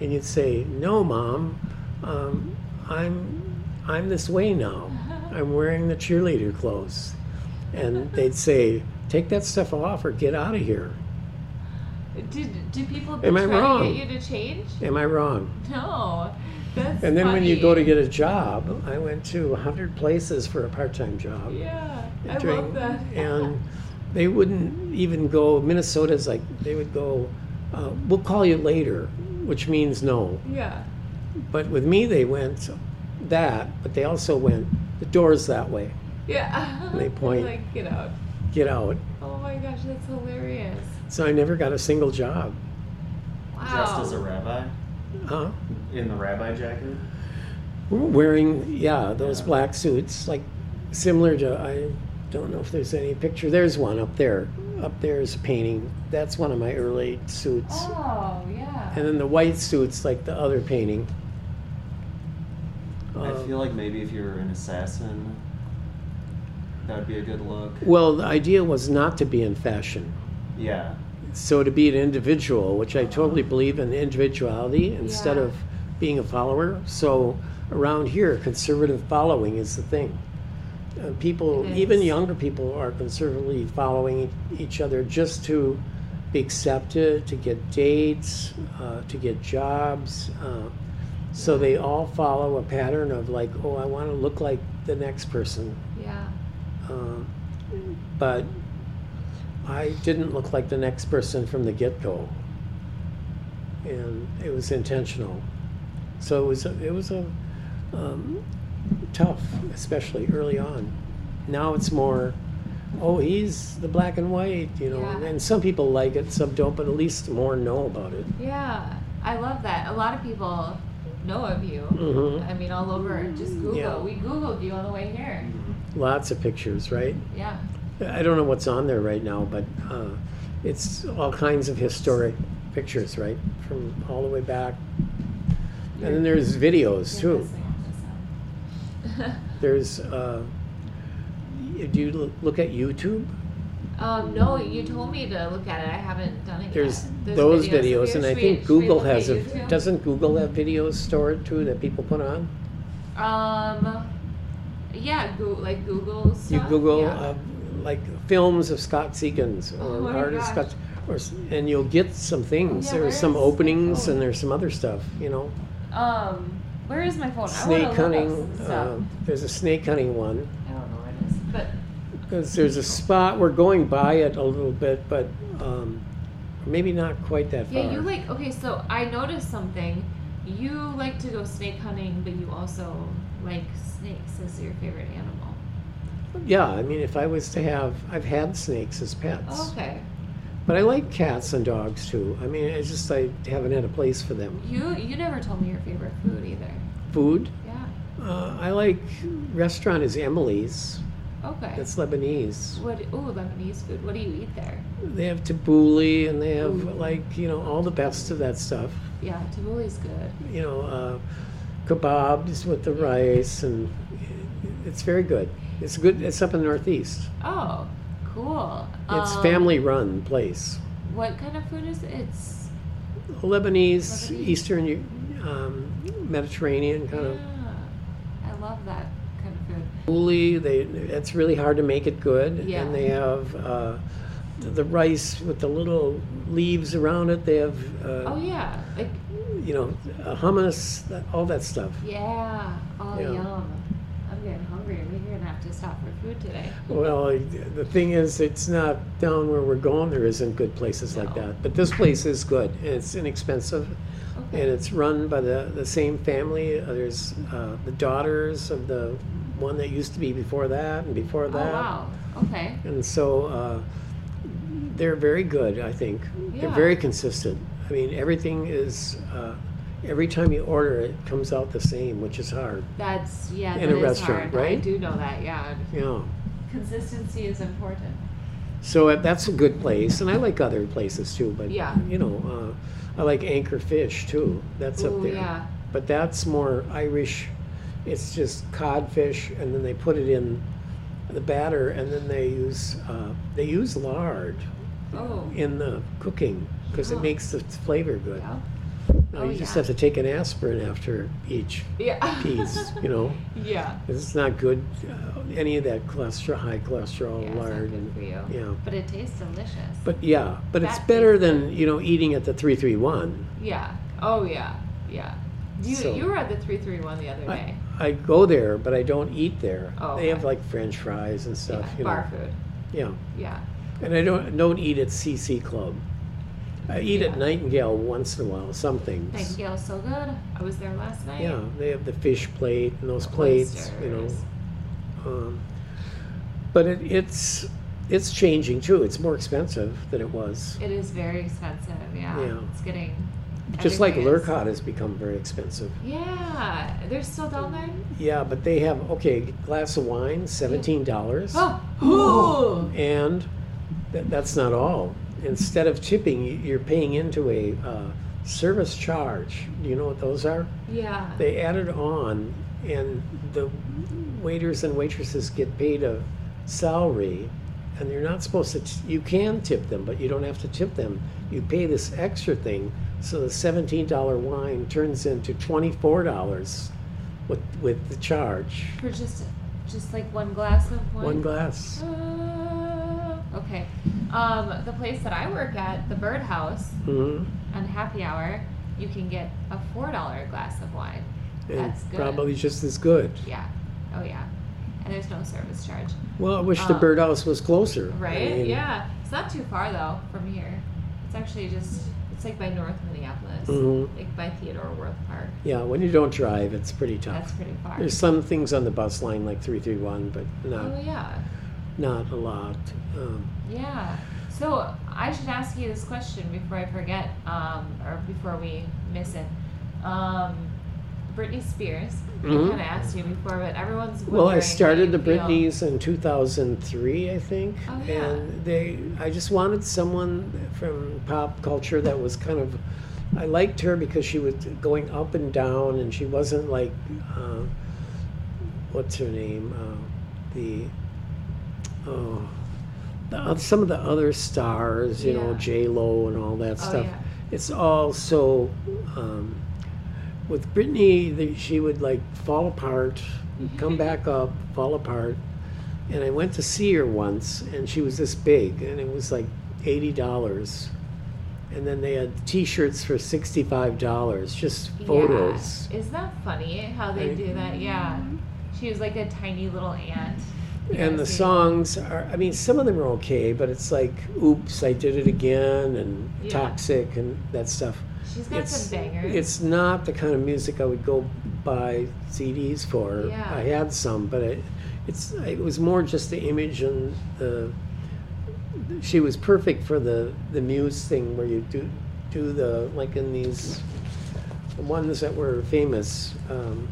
Speaker 3: And you'd say, "No, mom, um, I'm I'm this way now. I'm wearing the cheerleader clothes." And they'd say, "Take that stuff off or get out of here."
Speaker 2: Did do people
Speaker 3: Am I
Speaker 2: try to
Speaker 3: wrong?
Speaker 2: get you to change?
Speaker 3: Am I wrong?
Speaker 2: No. That's
Speaker 3: And then when you go to
Speaker 2: funny.
Speaker 3: get a job, I went to 100 places for a part-time job.
Speaker 2: Yeah. I
Speaker 3: during-
Speaker 2: love that.
Speaker 3: And they wouldn't even go, Minnesota's like, they would go, uh, we'll call you later, which means no.
Speaker 2: yeah.
Speaker 3: But with me, they went that, but they also went, the door's that way,
Speaker 2: Yeah.
Speaker 3: They point.
Speaker 2: like get out.
Speaker 3: get out.
Speaker 2: Oh my gosh, that's hilarious.
Speaker 3: So I never got a single job.
Speaker 2: Wow.
Speaker 4: Dressed as a rabbi
Speaker 3: Huh?
Speaker 4: in the rabbi jacket.
Speaker 3: Wearing, yeah, those
Speaker 4: Yeah.
Speaker 3: black suits, like similar to, I don't know if there's any picture, there's one up there. Up there is a painting. That's one of my early suits.
Speaker 2: Oh yeah.
Speaker 3: And then the white suits, like the other painting.
Speaker 4: I
Speaker 3: Um,
Speaker 4: feel like maybe if you're an assassin, that would be a good look.
Speaker 3: well, the idea was not to be in fashion.
Speaker 4: Yeah.
Speaker 3: So to be an individual, which I totally believe in individuality instead
Speaker 2: Yeah.
Speaker 3: of being a follower. So around here, conservative following is the thing. Uh, people,
Speaker 2: It
Speaker 3: even
Speaker 2: is.
Speaker 3: younger people, are conservatively following e- each other just to be accepted, to get dates, uh, to get jobs. Uh, so they all follow a pattern of like, oh, I want to look like the next person.
Speaker 2: yeah.
Speaker 3: Um, but I didn't look like the next person from the get go, and it was intentional. So it was a, it was a um, tough, especially early on. Now it's more oh, he's the black and white, you know.
Speaker 2: Yeah.
Speaker 3: And some people like it, some don't, but at least more know about it.
Speaker 2: Yeah, I love that. A lot of people know of you.
Speaker 3: Mhm.
Speaker 2: I mean, all over. Just Google.
Speaker 3: Yeah.
Speaker 2: We Googled you on the way here.
Speaker 3: Lots of pictures, right?
Speaker 2: Yeah.
Speaker 3: I don't know what's on there right now, but uh, it's all kinds of historic pictures, right? From all the way back. And then there's videos
Speaker 2: Yeah,
Speaker 3: too.
Speaker 2: that's like- that's
Speaker 3: There's, uh, y- do you l- look at YouTube?
Speaker 2: not- um, no, you told me to look at it. I haven't done it
Speaker 3: There's
Speaker 2: yet.
Speaker 3: those videos, and
Speaker 2: Here, should
Speaker 3: I think
Speaker 2: we- should we
Speaker 3: Google
Speaker 2: look at
Speaker 3: has a,
Speaker 2: YouTube?
Speaker 3: doesn't Google have videos stored too that people put on?
Speaker 2: Um, yeah, Goo like Google
Speaker 3: You
Speaker 2: stuff.
Speaker 3: Google,
Speaker 2: yeah.
Speaker 3: uh, like films of Scott Seekins
Speaker 2: Oh
Speaker 3: or
Speaker 2: my
Speaker 3: artists,
Speaker 2: gosh.
Speaker 3: Scott, or, s- and you'll get some things.
Speaker 2: Yeah, where
Speaker 3: There's some
Speaker 2: is Oh. my
Speaker 3: openings
Speaker 2: phone?
Speaker 3: and there's some other stuff, you know?
Speaker 2: Um, where is my phone?
Speaker 3: uh,
Speaker 2: I
Speaker 3: Snake
Speaker 2: want to
Speaker 3: hunting,
Speaker 2: Look up some
Speaker 3: uh,
Speaker 2: stuff.
Speaker 3: there's a snake hunting one.
Speaker 2: I don't know where it is, but
Speaker 3: Because there's a spot, we're going by it a little bit, but um, maybe not quite that far.
Speaker 2: yeah, you like okay. So I noticed something. You like to go snake hunting, but you also like snakes as your favorite animal.
Speaker 3: Yeah, I mean, if I was to have, I've had snakes as pets.
Speaker 2: okay.
Speaker 3: But I like cats and dogs too. I mean, it's just I haven't had a place for them.
Speaker 2: You you never told me your favorite food either.
Speaker 3: Food,
Speaker 2: Yeah.
Speaker 3: uh, I like restaurant is Emily's.
Speaker 2: Okay.
Speaker 3: That's Lebanese.
Speaker 2: what? Oh, Lebanese food. What do you eat there?
Speaker 3: They have tabbouleh and they have
Speaker 2: Ooh.
Speaker 3: like you know all the best of that stuff.
Speaker 2: Yeah, tabbouleh's good.
Speaker 3: You know, uh, kebabs with the rice and it's very good. It's good. It's up in the Northeast.
Speaker 2: Oh, cool.
Speaker 3: It's
Speaker 2: Um,
Speaker 3: family run place.
Speaker 2: What kind of food is it? It's
Speaker 3: Lebanese,
Speaker 2: Lebanese.
Speaker 3: Eastern, um, Mediterranean kind of.
Speaker 2: yeah. I love that kind of food.
Speaker 3: Uli, they it's really hard to make it good.
Speaker 2: Yeah.
Speaker 3: And they have uh, the, the rice with the little leaves around it. They have uh,
Speaker 2: Oh yeah, like
Speaker 3: you know hummus, that, all that stuff.
Speaker 2: yeah. Oh
Speaker 3: Yeah.
Speaker 2: yum. I'm getting hungry. We're gonna have to stop for food today.
Speaker 3: Well, the thing is, it's not down where we're going. There isn't good places like
Speaker 2: No.
Speaker 3: that. But this place is good. And it's inexpensive. And
Speaker 2: Okay.
Speaker 3: it's run by the, the same family. Uh, There's uh, the daughters of the one that used to be before that and before
Speaker 2: oh
Speaker 3: that.
Speaker 2: wow. Okay.
Speaker 3: And so uh, they're very good, I think. They're
Speaker 2: Yeah.
Speaker 3: very consistent. I mean, everything is, uh, every time you order it, it comes out the same, which is hard.
Speaker 2: That's yeah.
Speaker 3: In
Speaker 2: that
Speaker 3: a
Speaker 2: is
Speaker 3: restaurant,
Speaker 2: hard. I
Speaker 3: right?
Speaker 2: do know that. Yeah.
Speaker 3: Yeah.
Speaker 2: Consistency is important.
Speaker 3: So uh, that's a good place. And I like other places too, but,
Speaker 2: Yeah.
Speaker 3: you know, uh, I like Anchor Fish too. That's
Speaker 2: Ooh,
Speaker 3: up there.
Speaker 2: yeah.
Speaker 3: But that's more Irish. It's just codfish, and then they put it in the batter, and then they use uh, they use lard
Speaker 2: Oh.
Speaker 3: in the cooking because it
Speaker 2: Oh.
Speaker 3: makes the flavor good.
Speaker 2: Yeah.
Speaker 3: Now,
Speaker 2: Oh,
Speaker 3: you just
Speaker 2: yeah.
Speaker 3: have to take an aspirin after each
Speaker 2: Yeah.
Speaker 3: piece, you know.
Speaker 2: Yeah.
Speaker 3: 'cause It's not good, uh, any of that cholesterol, high cholesterol,
Speaker 2: yeah, It's not
Speaker 3: lard,
Speaker 2: good
Speaker 3: and
Speaker 2: for you.
Speaker 3: Oh, yeah.
Speaker 2: But it tastes delicious.
Speaker 3: But yeah, but it's
Speaker 2: That
Speaker 3: better
Speaker 2: tastes
Speaker 3: than you know eating at the three three one.
Speaker 2: yeah. Oh yeah. Yeah. You
Speaker 3: So-
Speaker 2: you were at the three three one the other
Speaker 3: I,
Speaker 2: day.
Speaker 3: I go there, but I don't eat there.
Speaker 2: Oh,
Speaker 3: they have
Speaker 2: okay.
Speaker 3: like French fries and stuff,
Speaker 2: yeah.
Speaker 3: you know.
Speaker 2: Bar food.
Speaker 3: Yeah,
Speaker 2: Yeah.
Speaker 3: and I don't don't eat at CC Club. I eat
Speaker 2: Yeah.
Speaker 3: at Nightingale once in a while, some things.
Speaker 2: Nightingale's so good. I was there last night.
Speaker 3: Yeah, they have the fish plate and those plates, you know.
Speaker 2: Oysters.
Speaker 3: Um, but it, it's it's changing too. It's more expensive than it was.
Speaker 2: It is very expensive. Yeah.
Speaker 3: Yeah.
Speaker 2: It's getting.
Speaker 3: Just like
Speaker 2: everything is-
Speaker 3: Lurkot has become very expensive.
Speaker 2: Yeah. They're still down there.
Speaker 3: Yeah, but they have okay, glass of wine, seventeen dollars,
Speaker 2: Oh.
Speaker 3: and that, that's not all. Instead of tipping, you- you're paying into a uh, service charge. Do you know what those are?
Speaker 2: Yeah.
Speaker 3: They added on, and the waiters and waitresses get paid a salary, and you're not supposed to. T- you can tip them, but you don't have to tip them. You pay this extra thing, so the seventeen dollar wine turns into twenty four dollars, with with the charge.
Speaker 2: For just just like one glass of wine.
Speaker 3: One glass.
Speaker 2: Uh, okay. Um, the place that I work at, the Birdhouse,
Speaker 3: hmm
Speaker 2: on happy hour, you can get a four dollar glass of wine.
Speaker 3: And
Speaker 2: That's good.
Speaker 3: probably just as good.
Speaker 2: Yeah. Oh yeah. And there's no service charge.
Speaker 3: Well, I wish the
Speaker 2: Um,
Speaker 3: birdhouse was closer. I
Speaker 2: Right?
Speaker 3: mean,
Speaker 2: yeah. It's not too far though from here. It's actually just it's like by North Minneapolis,
Speaker 3: Mhm.
Speaker 2: like by Theodore Worth Park.
Speaker 3: Yeah, when you don't drive, it's pretty tough.
Speaker 2: That's pretty far.
Speaker 3: There's some uh, things on the bus line like three three one, but not
Speaker 2: oh yeah.
Speaker 3: not a lot. Um,
Speaker 2: Yeah. So I should ask you this question before I forget, um, or before we miss it. Um, Britney Spears. I
Speaker 3: Mhm.
Speaker 2: kind of asked you before, but everyone's.
Speaker 3: Well, I
Speaker 2: wondering how
Speaker 3: started the
Speaker 2: you feel.
Speaker 3: Britneys in 2003, I think,
Speaker 2: Oh, yeah.
Speaker 3: and they. I just wanted someone from pop culture that was kind of. I liked her because she was going up and down, and she wasn't like, uh, what's her name, uh, the, oh, the, oth- some of the other stars, you know,
Speaker 2: Yeah.
Speaker 3: J Lo and all that
Speaker 2: Oh,
Speaker 3: stuff.
Speaker 2: yeah.
Speaker 3: It's all so. Um, with Britney, the, she would like fall apart,
Speaker 2: Mm-hmm.
Speaker 3: come back up, fall apart. And I went to see her once, and she was this big, and it was like eighty dollars. And then they had T-shirts for sixty-five dollars, just photos.
Speaker 2: Yeah. Isn't that funny how they
Speaker 3: Right?
Speaker 2: do that? Yeah. She was like a tiny little ant.
Speaker 3: And the
Speaker 2: Yeah, so-
Speaker 3: songs are—I mean, some of them are okay, but it's like, "Oops, I did it again," and
Speaker 2: Yeah.
Speaker 3: "Toxic" and that stuff.
Speaker 2: She's got
Speaker 3: it's-
Speaker 2: some bangers.
Speaker 3: It's not the kind of music I would go buy CDs for.
Speaker 2: Yeah.
Speaker 3: I had some, but it, it's it was more just the image and the. She was perfect for the the muse thing where you do do the like in these the ones that were famous, um,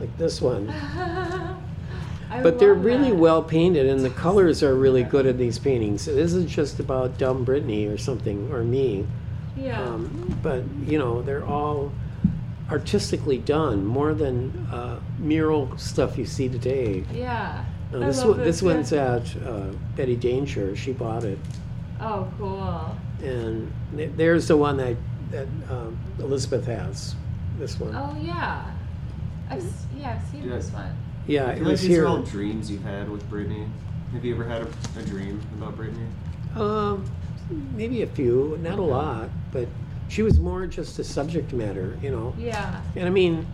Speaker 3: like this one.
Speaker 2: I
Speaker 3: But they're
Speaker 2: love
Speaker 3: really
Speaker 2: that.
Speaker 3: well painted, and the colors are really good in these paintings. It isn't just about dumb Britney or something or me.
Speaker 2: Yeah.
Speaker 3: Um, but you know, they're all artistically done more than uh, mural stuff you see today.
Speaker 2: yeah.
Speaker 3: Uh,
Speaker 2: I
Speaker 3: this
Speaker 2: love
Speaker 3: one, this
Speaker 2: yeah.
Speaker 3: one's at uh, Betty Danger. She bought it,
Speaker 2: Oh, cool.
Speaker 3: and th- there's the one that that um, Elizabeth has. This one,
Speaker 2: Oh yeah. I've s- yeah, I've seen
Speaker 4: Yeah.
Speaker 2: this one.
Speaker 3: yeah,
Speaker 4: I
Speaker 3: it
Speaker 4: feel like
Speaker 3: was
Speaker 4: these
Speaker 3: here.
Speaker 4: are all dreams you've had with Britney. Have you ever had a, a dream about Britney?
Speaker 3: Um, maybe a few, not a lot, but she was more just a subject matter, you know.
Speaker 2: Yeah.
Speaker 3: And I mean,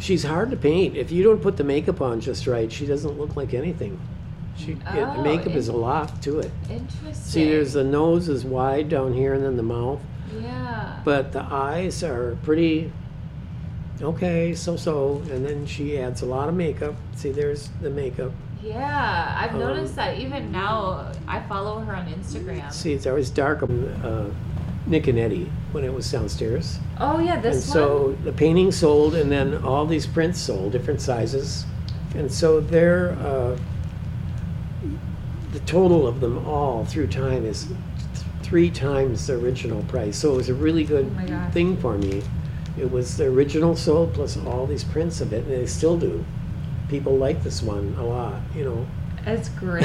Speaker 3: she's hard to paint. If you don't put the makeup on just right, she doesn't look like anything. She, yeah, the
Speaker 2: Oh,
Speaker 3: makeup is a
Speaker 2: it-
Speaker 3: lot to it.
Speaker 2: Interesting.
Speaker 3: See, there's the nose is wide down here, and then the mouth,
Speaker 2: Yeah.
Speaker 3: but the eyes are pretty okay, so-so. And then she adds a lot of makeup. See, there's the makeup.
Speaker 2: Yeah. I've
Speaker 3: Um,
Speaker 2: noticed that even now I follow her on Instagram.
Speaker 3: See, it's always dark. Uh, Nick and Eddie when it was downstairs.
Speaker 2: oh yeah,
Speaker 3: And
Speaker 2: this one.
Speaker 3: so the painting sold, and then all these prints sold, different sizes. And so they're, uh, the total of them all through time is th- three times the original price. So it was a really good
Speaker 2: Oh my gosh.
Speaker 3: thing for me. It was the original sold plus all these prints of it, and they still do. People like this one a lot, you know.
Speaker 2: It's great.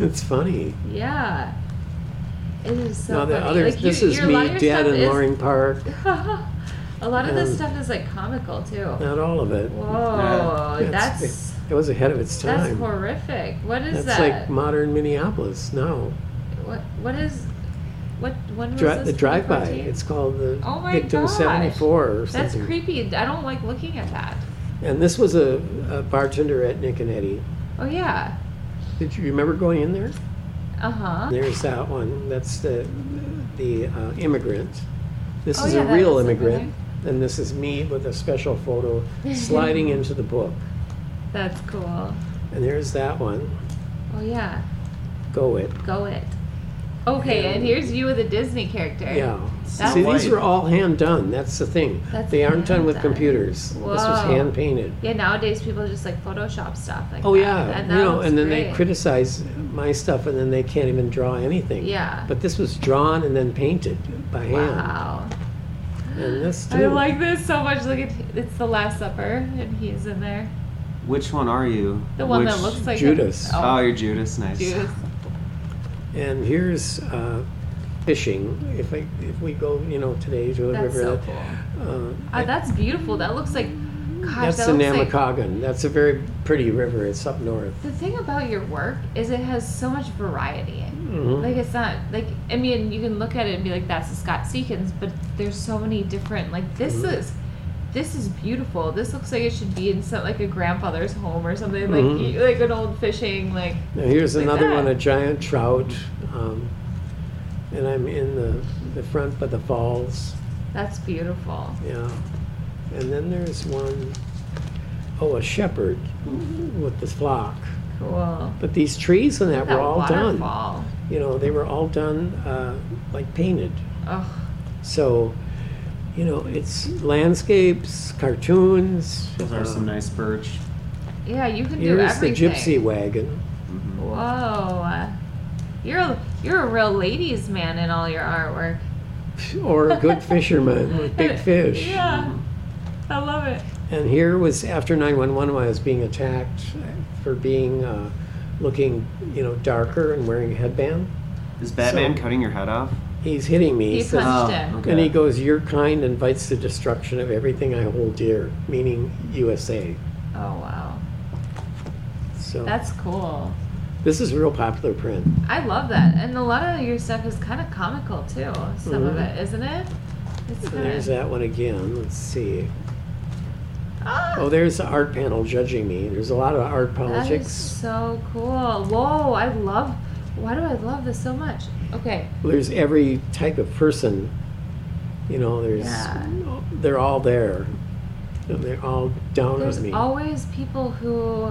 Speaker 3: It's funny.
Speaker 2: yeah. It is so
Speaker 3: now, the
Speaker 2: funny.
Speaker 3: other,
Speaker 2: like,
Speaker 3: this
Speaker 2: you,
Speaker 3: is
Speaker 2: your,
Speaker 3: me,
Speaker 2: a lot of your
Speaker 3: Dad
Speaker 2: stuff
Speaker 3: in
Speaker 2: is-
Speaker 3: Loring Park.
Speaker 2: a lot of this
Speaker 3: Um,
Speaker 2: stuff is like comical too.
Speaker 3: Not all of it.
Speaker 2: Whoa,
Speaker 3: It's-
Speaker 2: that's
Speaker 3: it, was ahead of its time.
Speaker 2: that's horrific. What is
Speaker 3: That's
Speaker 2: that?
Speaker 3: like modern Minneapolis now.
Speaker 2: what what is what when was
Speaker 3: Dri-
Speaker 2: this?
Speaker 3: the drive by.
Speaker 2: 2014?
Speaker 3: It's called the
Speaker 2: Oh my
Speaker 3: Victim
Speaker 2: gosh.
Speaker 3: 74 or something.
Speaker 2: That's creepy. I don't like looking at that.
Speaker 3: And this was a, a bartender at Nick and Eddie.
Speaker 2: Oh yeah.
Speaker 3: Did you remember going in there?
Speaker 2: Uh huh.
Speaker 3: There's that one. That's the the uh, immigrant. This
Speaker 2: Oh,
Speaker 3: is
Speaker 2: yeah,
Speaker 3: a
Speaker 2: that
Speaker 3: real
Speaker 2: is
Speaker 3: immigrant. And this is me with a special photo sliding into the book.
Speaker 2: That's cool.
Speaker 3: And there's that one.
Speaker 2: Oh yeah.
Speaker 3: Go it.
Speaker 2: Go it. Okay, and here's you with a Disney character.
Speaker 3: Yeah.
Speaker 2: That's-
Speaker 3: See, these were all hand done. That's the thing.
Speaker 2: That's
Speaker 3: they aren't done with
Speaker 2: hand done.
Speaker 3: computers. This was
Speaker 2: Whoa.
Speaker 3: hand painted.
Speaker 2: Yeah, nowadays people just like Photoshop stuff like
Speaker 3: Oh
Speaker 2: that,
Speaker 3: yeah,
Speaker 2: and
Speaker 3: you
Speaker 2: that
Speaker 3: know,
Speaker 2: was
Speaker 3: and then they
Speaker 2: great.
Speaker 3: criticize my stuff, and then they can't even draw anything.
Speaker 2: Yeah.
Speaker 3: But this was drawn and then painted by hand,
Speaker 2: Wow.
Speaker 3: and this too.
Speaker 2: I like this so much. Look at it's the Last Supper, and he's in there.
Speaker 4: Which one are you?
Speaker 2: The one that
Speaker 4: Which-
Speaker 2: looks like
Speaker 3: Judas.
Speaker 2: A,
Speaker 4: Oh,
Speaker 2: oh,
Speaker 4: you're Judas. Nice.
Speaker 2: Judas.
Speaker 3: And here's uh, fishing. If I, if we go, you know, today to a
Speaker 2: That's
Speaker 3: river,
Speaker 2: so
Speaker 3: that-
Speaker 2: cool.
Speaker 3: uh,
Speaker 2: Ah, that's beautiful. That looks like. Gosh,
Speaker 3: that's
Speaker 2: that
Speaker 3: the
Speaker 2: looks like-
Speaker 3: Namakogan. that's a very pretty river. It's up north.
Speaker 2: The thing about your work is it has so much variety.
Speaker 3: Mhm.
Speaker 2: Like it's not like I mean you can look at it and be like that's a Scott Seekins, but there's so many different like this
Speaker 3: Mhm.
Speaker 2: is this is beautiful. This looks like it should be in some like a grandfather's home or something
Speaker 3: Mhm.
Speaker 2: like you, like an old fishing like
Speaker 3: Now here's
Speaker 2: Like
Speaker 3: another
Speaker 2: that.
Speaker 3: one, a giant trout, um, and I'm in the the front by the falls.
Speaker 2: that's beautiful.
Speaker 3: Yeah. And then there's one, oh, a shepherd with the flock.
Speaker 2: cool.
Speaker 3: But these trees and that,
Speaker 2: Mm-hmm. That
Speaker 3: were all done.
Speaker 2: waterfall.
Speaker 3: You know, they were all done uh, like painted.
Speaker 2: Oh,
Speaker 3: So, you know, it's landscapes, cartoons. uh,
Speaker 4: Those are some nice birch.
Speaker 2: yeah, you can do
Speaker 3: Here's the
Speaker 2: everything.
Speaker 3: gypsy wagon.
Speaker 2: Whoa, you're a- you're a real ladies' man in all your artwork.
Speaker 3: Or a good fisherman with big fish.
Speaker 2: Yeah, I love it.
Speaker 3: And here was after 911 when I was being attacked for being uh, looking, you know, darker and wearing a headband.
Speaker 4: Is Batman
Speaker 3: So-
Speaker 4: cutting your head off?
Speaker 3: He's hitting me.
Speaker 2: He
Speaker 3: says-
Speaker 2: punched
Speaker 4: Oh,
Speaker 2: it.
Speaker 4: okay.
Speaker 3: and he goes, Your kind invites the destruction of everything I hold dear, meaning USA.
Speaker 2: Oh wow,
Speaker 3: So
Speaker 2: that's cool.
Speaker 3: this is a real popular print.
Speaker 2: I love that, and a lot of your stuff is kind of comical too. Some of
Speaker 3: Mhm.
Speaker 2: it, isn't it? It's
Speaker 3: And there's
Speaker 2: kind
Speaker 3: that one again. Let's see.
Speaker 2: of.
Speaker 3: Oh, there's the art panel judging me. There's a lot of art
Speaker 2: Ah, That is
Speaker 3: politics.
Speaker 2: so cool. Whoa, I love. Why do I love this so much? Okay.
Speaker 3: There's every type of person. You know, there's
Speaker 2: Yeah.
Speaker 3: they're all there. And they're all down
Speaker 2: There's
Speaker 3: on me.
Speaker 2: always people who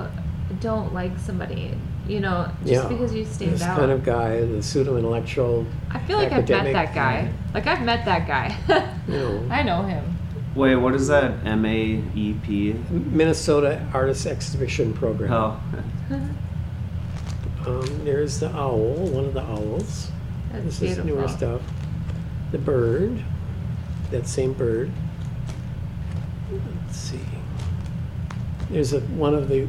Speaker 2: don't like somebody, you know, just
Speaker 3: Yeah.
Speaker 2: because you stand
Speaker 3: this
Speaker 2: out.
Speaker 3: kind of guy, the pseudo intellectual.
Speaker 2: I feel like I've met
Speaker 3: academic
Speaker 2: that guy. Like I've met that guy.
Speaker 3: No.
Speaker 2: I know him.
Speaker 4: Wait, what is that? M A E P?
Speaker 3: Minnesota Artist Exhibition Program.
Speaker 4: Oh,
Speaker 3: Um, there's the owl, one of the owls.
Speaker 2: That's
Speaker 3: This
Speaker 2: beautiful.
Speaker 3: is newer stuff. The bird, that same bird. Let's see. There's a, one of the,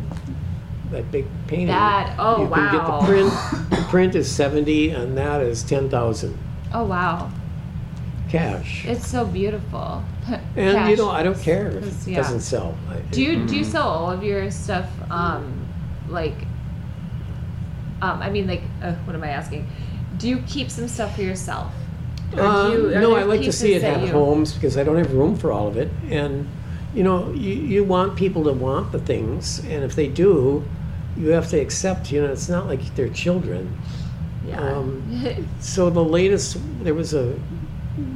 Speaker 3: that big painting.
Speaker 2: That- oh,
Speaker 3: you can get
Speaker 2: wow.
Speaker 3: the print. The print is seventy, and that is ten thousand
Speaker 2: Oh wow,
Speaker 3: cash.
Speaker 2: it's so beautiful.
Speaker 3: and you
Speaker 2: Cash.
Speaker 3: know, I don't care if
Speaker 2: It's-
Speaker 3: it
Speaker 2: yeah.
Speaker 3: doesn't sell. I-
Speaker 2: Do you do you sell all of your stuff? Um, like, um, I mean, like, uh, what am I asking? Do you keep some stuff for yourself? Or do
Speaker 3: Uh,
Speaker 2: you- are
Speaker 3: no,
Speaker 2: there
Speaker 3: I like to see
Speaker 2: pieces
Speaker 3: it
Speaker 2: that
Speaker 3: at
Speaker 2: you-
Speaker 3: homes because I don't have room for all of it. And you know, you, you want people to want the things, and if they do, you have to accept. You know, it's not like they're children.
Speaker 2: Yeah.
Speaker 3: um, So the latest, there was a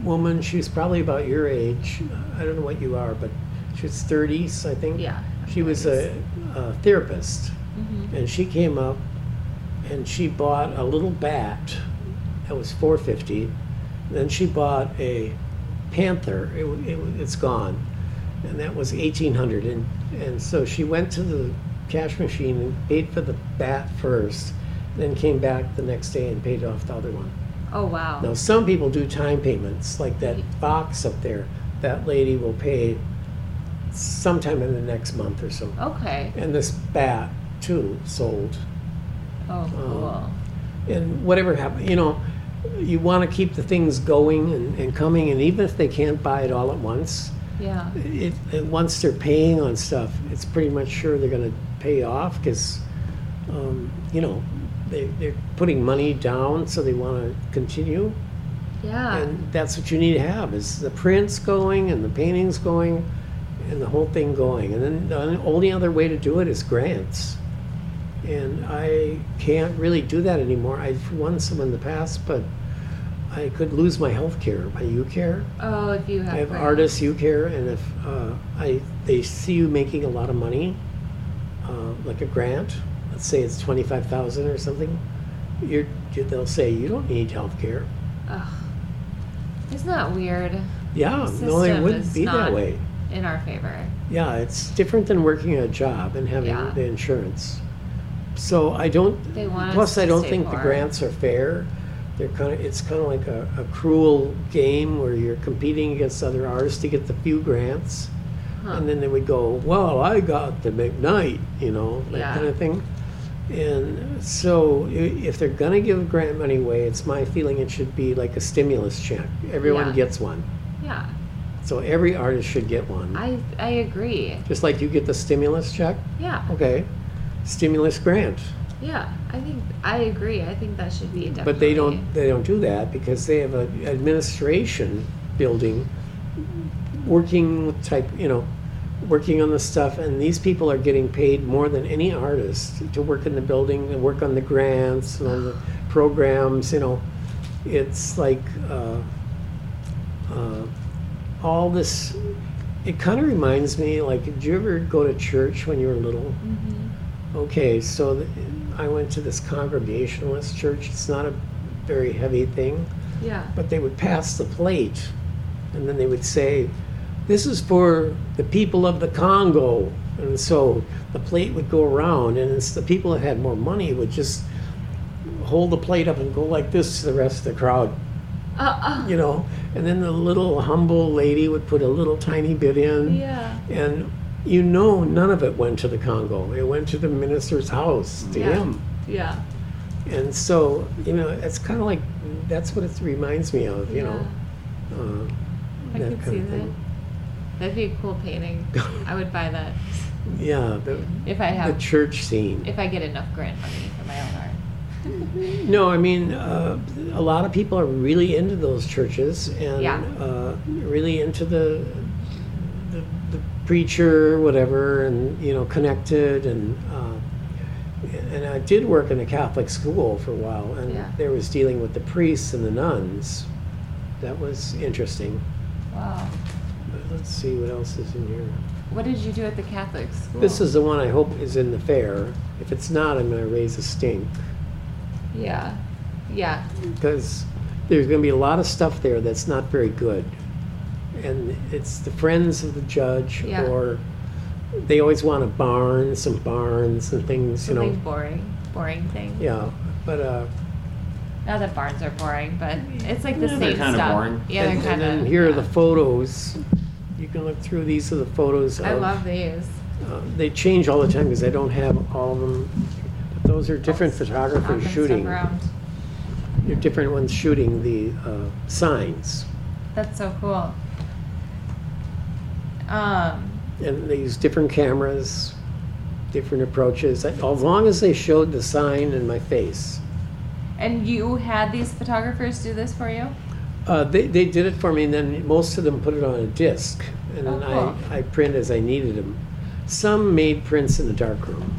Speaker 3: woman. She was probably about your age. I don't know what you are, but she was thirties, I think.
Speaker 2: yeah.
Speaker 3: She was a, a therapist, and she came up and she bought a little bat that was four fifty. Then she bought a panther. It, wa- it, wa- it's gone, and that was eighteen hundred. And and so she went to the cash machine and paid for the bat first, then came back the next day and paid off the other one.
Speaker 2: Oh wow.
Speaker 3: Now, some people do time payments, like that box up there. That lady will pay sometime in the next month or so.
Speaker 2: Okay.
Speaker 3: And this bat, too, sold. Um,
Speaker 2: Oh cool.
Speaker 3: And whatever happened, you know, you want to keep the things going and, and coming, and even if they can't buy it all at once,
Speaker 2: Yeah.
Speaker 3: it, it, once they're paying on stuff, it's pretty much sure they're going to pay off because, um, you know, they, they're putting money down, so they want to continue.
Speaker 2: Yeah.
Speaker 3: And that's what you need to have, is the prints going and the paintings going and the whole thing going. And then the only other way to do it is grants. And I can't really do that anymore. I've won some in the past, but I could lose my health care, my U care.
Speaker 2: oh, if you have.
Speaker 3: I have
Speaker 2: friends.
Speaker 3: artists you care, and if uh, I they see you making a lot of money, uh, like a grant, let's say it's twenty five thousand or something, you're, they'll say you don't need health care.
Speaker 2: Ugh. Isn't that weird?
Speaker 3: Yeah,
Speaker 2: The
Speaker 3: no, it
Speaker 2: system
Speaker 3: wouldn't
Speaker 2: is
Speaker 3: be that
Speaker 2: not-
Speaker 3: way.
Speaker 2: In our favor.
Speaker 3: Yeah, it's different than working a job and having
Speaker 2: Yeah.
Speaker 3: the insurance. So I don't.
Speaker 2: They want us
Speaker 3: plus, I
Speaker 2: to
Speaker 3: don't
Speaker 2: stay
Speaker 3: think
Speaker 2: poor.
Speaker 3: the grants are fair. They're kind of. It's kind of like a, a cruel game where you're competing against other artists to get the few grants,
Speaker 2: Huh.
Speaker 3: and then they would go, "Well, I got the McKnight," you know, that
Speaker 2: Yeah.
Speaker 3: kind of thing. And so, i- if they're gonna give grant money away, it's my feeling it should be like a stimulus check. Everyone
Speaker 2: Yeah.
Speaker 3: gets one,
Speaker 2: yeah.
Speaker 3: so every artist should get one.
Speaker 2: I I agree.
Speaker 3: Just like you get the stimulus check,
Speaker 2: Yeah.
Speaker 3: okay, stimulus grant.
Speaker 2: Yeah. I think I agree. I think that should be a
Speaker 3: But they don't, they don't do that because they have an administration building, working with type, you know, working on the stuff, and these people are getting paid more than any artist to work in the building and work on the grants and on the programs, you know. It's like, uh, uh, all this, it kind of reminds me, like, did you ever go to church when you were little?
Speaker 2: hmm
Speaker 3: Okay, so th- I went to this Congregationalist church. It's not a very heavy thing,
Speaker 2: Yeah.
Speaker 3: but they would pass the plate, and then they would say, "This is for the people of the Congo." And so the plate would go around, and it's the people that had more money would just hold the plate up and go like this to the rest of the crowd
Speaker 2: Uh,
Speaker 3: you know and then the little humble lady would put a little tiny bit
Speaker 2: uh,
Speaker 3: in
Speaker 2: yeah.
Speaker 3: and you know none of it went to the congo it went to the minister's house to
Speaker 2: Yeah.
Speaker 3: him
Speaker 2: Yeah.
Speaker 3: and so you know it's kind of like that's what it reminds me of you know uh,
Speaker 2: I
Speaker 3: that
Speaker 2: could
Speaker 3: kind
Speaker 2: see
Speaker 3: of
Speaker 2: that.
Speaker 3: thing
Speaker 2: That'd be a cool painting. I would buy that
Speaker 3: yeah the,
Speaker 2: if I
Speaker 3: the
Speaker 2: have
Speaker 3: church scene
Speaker 2: if I get enough grant money for my own art.
Speaker 3: no i mean uh, a lot of people are really into those churches and
Speaker 2: Yeah.
Speaker 3: uh, really into the, the the preacher whatever and you know connected and uh, and i did work in a catholic school for a while and
Speaker 2: Yeah.
Speaker 3: there was dealing with the priests and the nuns that was interesting
Speaker 2: Wow.
Speaker 3: But let's see what else is in here
Speaker 2: What did you do at the Catholic school?
Speaker 3: this is the one i hope is in the fair if it's not i'm going to raise a stink
Speaker 2: Yeah. Yeah.
Speaker 3: because there's going to be a lot of stuff there that's not very good. And it's the friends of the judge,
Speaker 2: Yeah.
Speaker 3: or they always want a barn, some barns and things, you
Speaker 2: Something
Speaker 3: know.
Speaker 2: boring. Boring thing.
Speaker 3: Yeah, but uh,
Speaker 2: Not that barns are boring, but it's like the
Speaker 4: Yeah,
Speaker 2: same
Speaker 4: they're kinda
Speaker 2: stuff.
Speaker 4: boring.
Speaker 2: Yeah,
Speaker 3: and,
Speaker 2: they're
Speaker 3: and
Speaker 2: kind of.
Speaker 3: then here are the photos. You can look through. These are the photos.
Speaker 2: I
Speaker 3: of,
Speaker 2: love these.
Speaker 3: Uh, they change all the time because I don't have all of them. But those are different
Speaker 2: Popping
Speaker 3: photographers
Speaker 2: stuff
Speaker 3: shooting.
Speaker 2: around.
Speaker 3: They're different ones shooting the uh, signs,
Speaker 2: That's so cool. Um,
Speaker 3: and they use different cameras, different approaches, as long as they showed the sign in my face.
Speaker 2: and you had these photographers do this for you?
Speaker 3: Uh, they, they did it for me, and then most of them put it on a disc, and then
Speaker 2: Oh,
Speaker 3: I, I print as I needed them. Some made prints in the darkroom.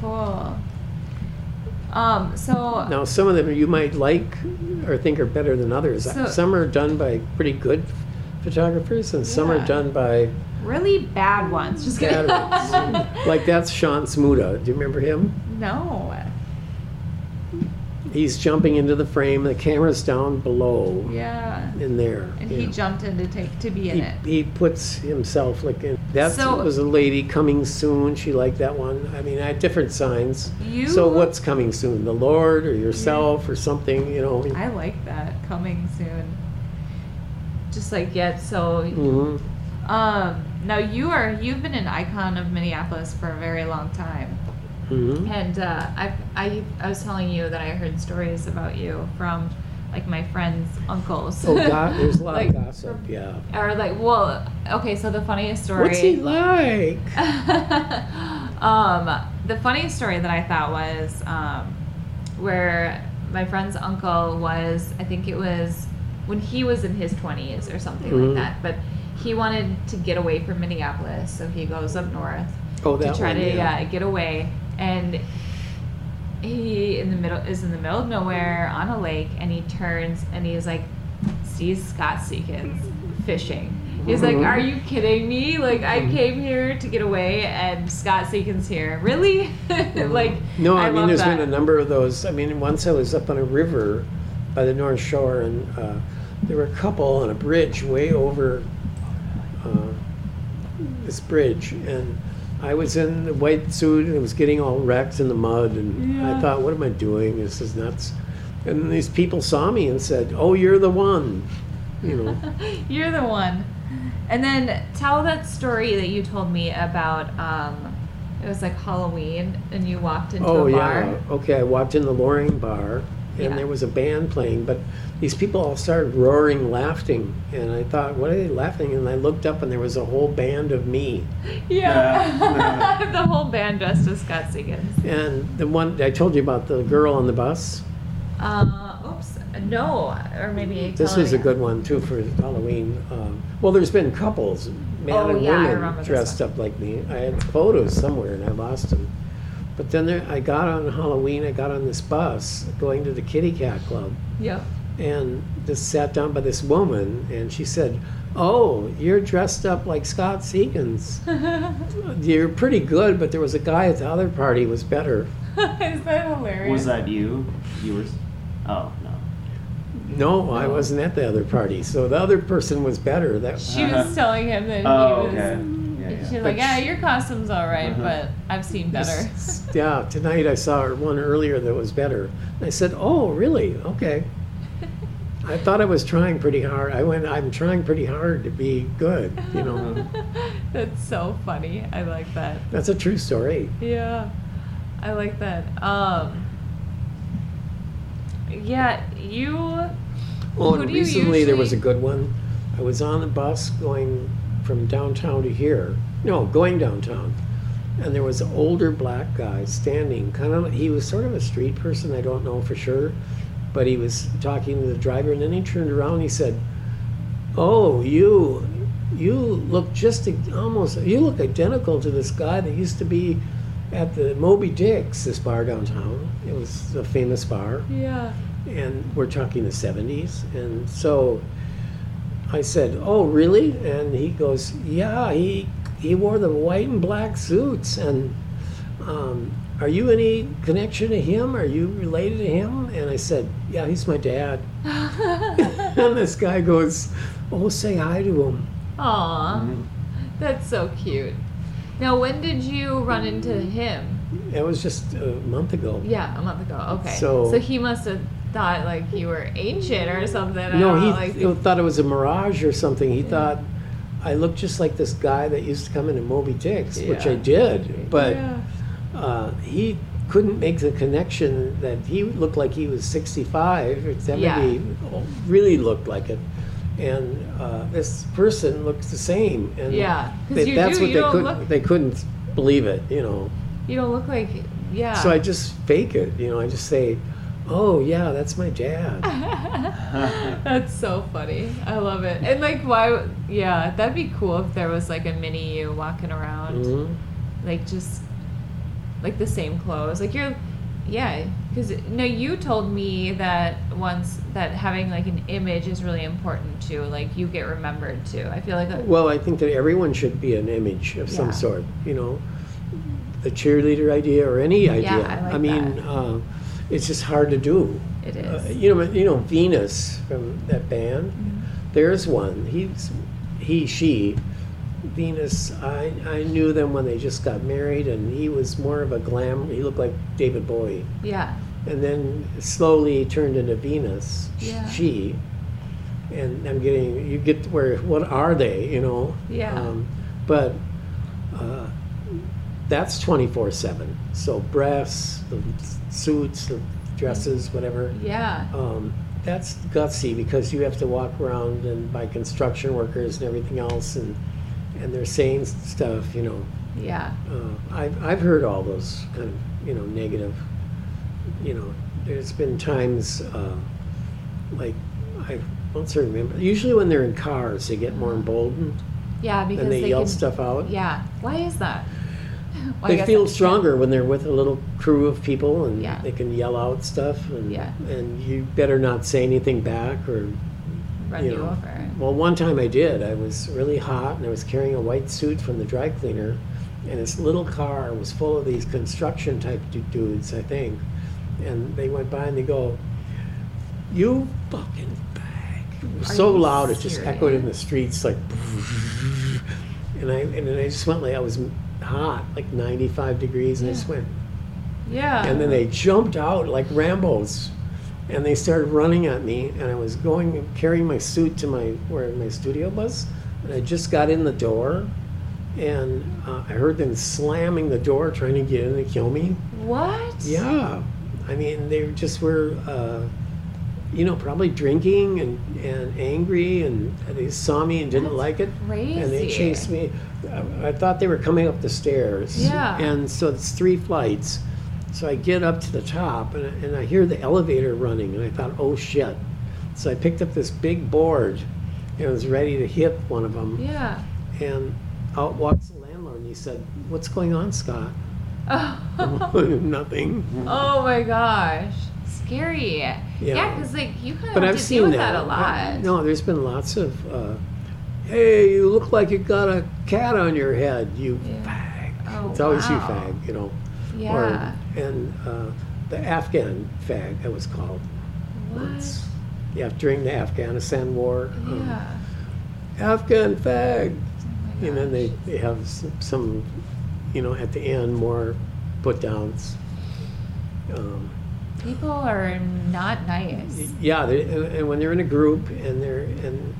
Speaker 2: Cool. Um, so
Speaker 3: Now, some of them you might like or think are better than others.
Speaker 2: So-
Speaker 3: some are done by pretty good photographers, and some
Speaker 2: Yeah.
Speaker 3: are done by
Speaker 2: really bad ones. Just kidding.
Speaker 3: bad ones. like that's Sean Smuda. Do you remember him?
Speaker 2: no.
Speaker 3: He's jumping into the frame. The camera's down below
Speaker 2: Yeah.
Speaker 3: in there.
Speaker 2: And
Speaker 3: you
Speaker 2: he
Speaker 3: know.
Speaker 2: jumped in to take to be in
Speaker 3: he,
Speaker 2: it.
Speaker 3: he puts himself like in. That
Speaker 2: So-
Speaker 3: was a lady coming soon. She liked that one. I mean, I had different signs.
Speaker 2: You.
Speaker 3: So what's coming soon? The Lord or yourself or something? You know.
Speaker 2: I like that coming soon. Just like yet. So
Speaker 3: hmm
Speaker 2: um, now you are you've been an icon of Minneapolis for a very long time.
Speaker 3: hmm
Speaker 2: And uh, I, I, I was telling you that I heard stories about you from like my friends' uncles.
Speaker 3: Oh God, there's a lot
Speaker 2: like,
Speaker 3: of gossip. Yeah.
Speaker 2: Or like, well, okay. So the funniest story.
Speaker 3: What's he like?
Speaker 2: um, the funniest story that I thought was um, where my friend's uncle was, I think it was when he was in his 20s or something
Speaker 3: Mhm.
Speaker 2: like that, but he wanted to get away from Minneapolis, so he goes up north
Speaker 3: Oh, that
Speaker 2: to try
Speaker 3: one.
Speaker 2: to
Speaker 3: yeah.
Speaker 2: yeah. get away and he in the middle is in the middle of nowhere on a lake and he turns and he's like sees Scott Seekins fishing. He's like,
Speaker 3: Mhm.
Speaker 2: Are you kidding me? Like I
Speaker 3: Mm-hmm.
Speaker 2: came here to get away and Scott Seekins here. Really? like
Speaker 3: Mm-hmm. No, I, mean,
Speaker 2: love
Speaker 3: there's
Speaker 2: that.
Speaker 3: been a number of those. I mean, once I was up on a river by the North Shore, and uh, there were a couple on a bridge way over uh, this bridge, and I was in the white suit and it was getting all wrecked in the mud, and
Speaker 2: Yeah.
Speaker 3: I thought, what am I doing? This is nuts. And these people saw me and said, "Oh, you're the one," you know.
Speaker 2: You're the one. And then tell that story that you told me about um it was like Halloween and you walked into
Speaker 3: Oh
Speaker 2: a bar.
Speaker 3: yeah. Okay, I walked in the Loring bar, and
Speaker 2: Yeah.
Speaker 3: there was a band playing, but these people all started roaring, laughing, and I thought, "What are they laughing?" And I looked up, and there was a whole band of me.
Speaker 2: Yeah.
Speaker 4: Yeah.
Speaker 2: the whole band dressed as Scott Seagans.
Speaker 3: And the one I told you about, the girl on the bus.
Speaker 2: Uh, oops. No, or maybe.
Speaker 3: This is a
Speaker 2: Colony.
Speaker 3: good one too for Halloween. Um, well, there's been couples, man
Speaker 2: Oh,
Speaker 3: and
Speaker 2: yeah, I remember
Speaker 3: women,
Speaker 2: this
Speaker 3: dressed
Speaker 2: one.
Speaker 3: up like me. I had photos somewhere, and I lost them. But then there, I got on Halloween. I got on this bus going to the Kitty Cat Club.
Speaker 2: Yep.
Speaker 3: and just sat down by this woman and she said Oh, you're dressed up like Scott Seekins. you're pretty good, but there was a guy at the other party who was better.
Speaker 2: Is that hilarious?
Speaker 4: Was that you? You were. Oh no.
Speaker 3: No,
Speaker 2: Oh.
Speaker 3: I wasn't at the other party, so the other person was better. That
Speaker 2: She was telling him that
Speaker 4: Oh
Speaker 2: he was.
Speaker 4: okay. Yeah, yeah.
Speaker 2: She's like,
Speaker 3: But
Speaker 2: yeah,
Speaker 3: sh-
Speaker 2: your costume's all right, but
Speaker 4: Uh-huh.
Speaker 2: I've seen better.
Speaker 3: yeah, tonight I saw one earlier that was better. And I said, "Oh, really? Okay." I thought I was trying pretty hard. I went, "I'm trying pretty hard to be good," you know. um,
Speaker 2: That's so funny. I like that.
Speaker 3: That's a true story.
Speaker 2: Yeah, I like that. Um, yeah, you.
Speaker 3: Oh,
Speaker 2: Who
Speaker 3: and
Speaker 2: do you
Speaker 3: recently there was a
Speaker 2: usually-
Speaker 3: good one. I was on the bus going from downtown to here. No, going downtown. And there was an older black guy standing, kind of, he was sort of a street person, I don't know for sure. But he was talking to the driver, and then he turned around and he said, Oh, you, you look just i- almost, you look identical to this guy that used to be at the Moby Dick's, this bar downtown. It was a famous bar
Speaker 2: Yeah.
Speaker 3: and we're talking the 70s and so i said oh really and he goes yeah he he wore the white and black suits and um, are you any connection to him are you related to him and i said yeah he's my dad and this guy goes oh say hi to him
Speaker 2: Aw,
Speaker 3: Mm-hmm.
Speaker 2: that's so cute. Now, when did you run into him?
Speaker 3: it was just a month ago
Speaker 2: Yeah, a month ago. Okay.
Speaker 3: So-
Speaker 2: he must have thought like you were ancient or something. I
Speaker 3: No,
Speaker 2: don't
Speaker 3: he
Speaker 2: know, like,
Speaker 3: th- thought it was a mirage or something. He thought I looked just like this guy that used to come into Moby Dick's, which I
Speaker 4: Yeah.
Speaker 3: did, but
Speaker 2: yeah.
Speaker 3: uh, he couldn't make the connection that he looked like he was 65 or 70, really looked like it. And uh, this person looks the same. And
Speaker 2: Yeah, 'cause
Speaker 3: they-
Speaker 2: you
Speaker 3: that's
Speaker 2: do,
Speaker 3: what
Speaker 2: you
Speaker 3: they
Speaker 2: don't
Speaker 3: couldn't.
Speaker 2: look-
Speaker 3: They couldn't believe it, you know.
Speaker 2: You don't look like yeah.
Speaker 3: So I just fake it, you know. I just say, "Oh yeah, that's my dad."
Speaker 2: That's so funny. I love it. And like, why? Yeah, that'd be cool if there was like a mini you walking around,
Speaker 3: Mhm.
Speaker 2: like just like the same clothes. Like you're, yeah. Because no, you told me that once that having like an image is really important too. Like you get remembered too. I feel like a,
Speaker 3: Well, I think that everyone should be an image of
Speaker 2: Yeah.
Speaker 3: some sort, you know, the cheerleader idea or any idea.
Speaker 2: I like
Speaker 3: mean,
Speaker 2: that.
Speaker 3: uh, it's just hard to do.
Speaker 2: it
Speaker 3: Uh,
Speaker 2: is.
Speaker 3: you know, you know Venus from that band.
Speaker 2: Mm-hmm.
Speaker 3: There's one. He's he she. Venus. I I knew them when they just got married, and he was more of a glam. He looked like David Bowie
Speaker 2: Yeah.
Speaker 3: and then slowly turned into Venus, sh-
Speaker 2: Yeah.
Speaker 3: she. And I'm getting, you get where, what are they, you know?
Speaker 2: Yeah.
Speaker 3: Um, but uh, that's 24 7. So breasts, the suits, the dresses, whatever.
Speaker 2: Yeah.
Speaker 3: Um, that's gutsy because you have to walk around and by construction workers and everything else, and, and they're saying stuff, you know
Speaker 2: Yeah.
Speaker 3: uh, I've, I've heard all those kind of you know negative you know there's been times uh, like i also remember usually when they're in cars they get more emboldened
Speaker 2: Yeah. Because
Speaker 3: and they, yell
Speaker 2: can,
Speaker 3: stuff out
Speaker 2: Yeah. Why is that? Well, I
Speaker 3: they
Speaker 2: guess
Speaker 3: feel
Speaker 2: that-
Speaker 3: stronger when they're with a little crew of people and
Speaker 2: Yeah.
Speaker 3: they can yell out stuff and,
Speaker 2: Yeah.
Speaker 3: and you better not say anything back or
Speaker 2: Run
Speaker 3: you
Speaker 2: you,
Speaker 3: know.
Speaker 2: over.
Speaker 3: Well, one time I did. I was really hot and I was carrying a white suit from the dry cleaner, and this little car was full of these construction type du- dudes, I think. And they went by and they go, You fucking bag. It was
Speaker 2: Are
Speaker 3: so
Speaker 2: you
Speaker 3: loud, it just echoed in the
Speaker 2: serious?
Speaker 3: streets, like, and I, and then I just went like, I was hot, like 95 degrees, and I just went,
Speaker 2: Yeah.
Speaker 3: and then they jumped out like Rambo's, and they started running at me. And I was going carrying my suit to my where my studio was, and I just got in the door, and uh, I heard them slamming the door trying to get in to kill me.
Speaker 2: what?
Speaker 3: Yeah, I mean they just were, uh, you know, probably drinking and, and angry, and, and they saw me and didn't like it, and they
Speaker 2: crazy.
Speaker 3: chased me. I, I thought they were coming up the stairs.
Speaker 2: Yeah.
Speaker 3: And so it's three flights. So I get up to the top and, I- and I hear the elevator running, and I thought, oh shit. So I picked up this big board and was ready to hit one of them,
Speaker 2: Yeah.
Speaker 3: and out walks the landlord, and he said, "What's going on, Scott?"
Speaker 2: Oh,
Speaker 3: Nothing.
Speaker 2: oh my gosh. Scary. Yeah, because like you kind of
Speaker 3: But
Speaker 2: have
Speaker 3: I've
Speaker 2: to
Speaker 3: seen
Speaker 2: deal with
Speaker 3: that.
Speaker 2: that. a lot.
Speaker 3: I- no, there's been lots of uh, hey, you look like you got a cat on your head, you
Speaker 2: Yeah.
Speaker 3: fag.
Speaker 2: Oh,
Speaker 3: it's always you
Speaker 2: wow.
Speaker 3: fag, you know.
Speaker 2: Yeah.
Speaker 3: Or, and uh, the Afghan fag, that was called.
Speaker 2: what?
Speaker 3: Yeah, during the Afghanistan war. um,
Speaker 2: Yeah.
Speaker 3: Afghan fag.
Speaker 2: Oh my
Speaker 3: And then they,
Speaker 2: gosh.
Speaker 3: they have s- some, you know, at the end, more put downs. Um,
Speaker 2: people are not nice.
Speaker 3: yeah, they, and, and when they're in a group and they're, and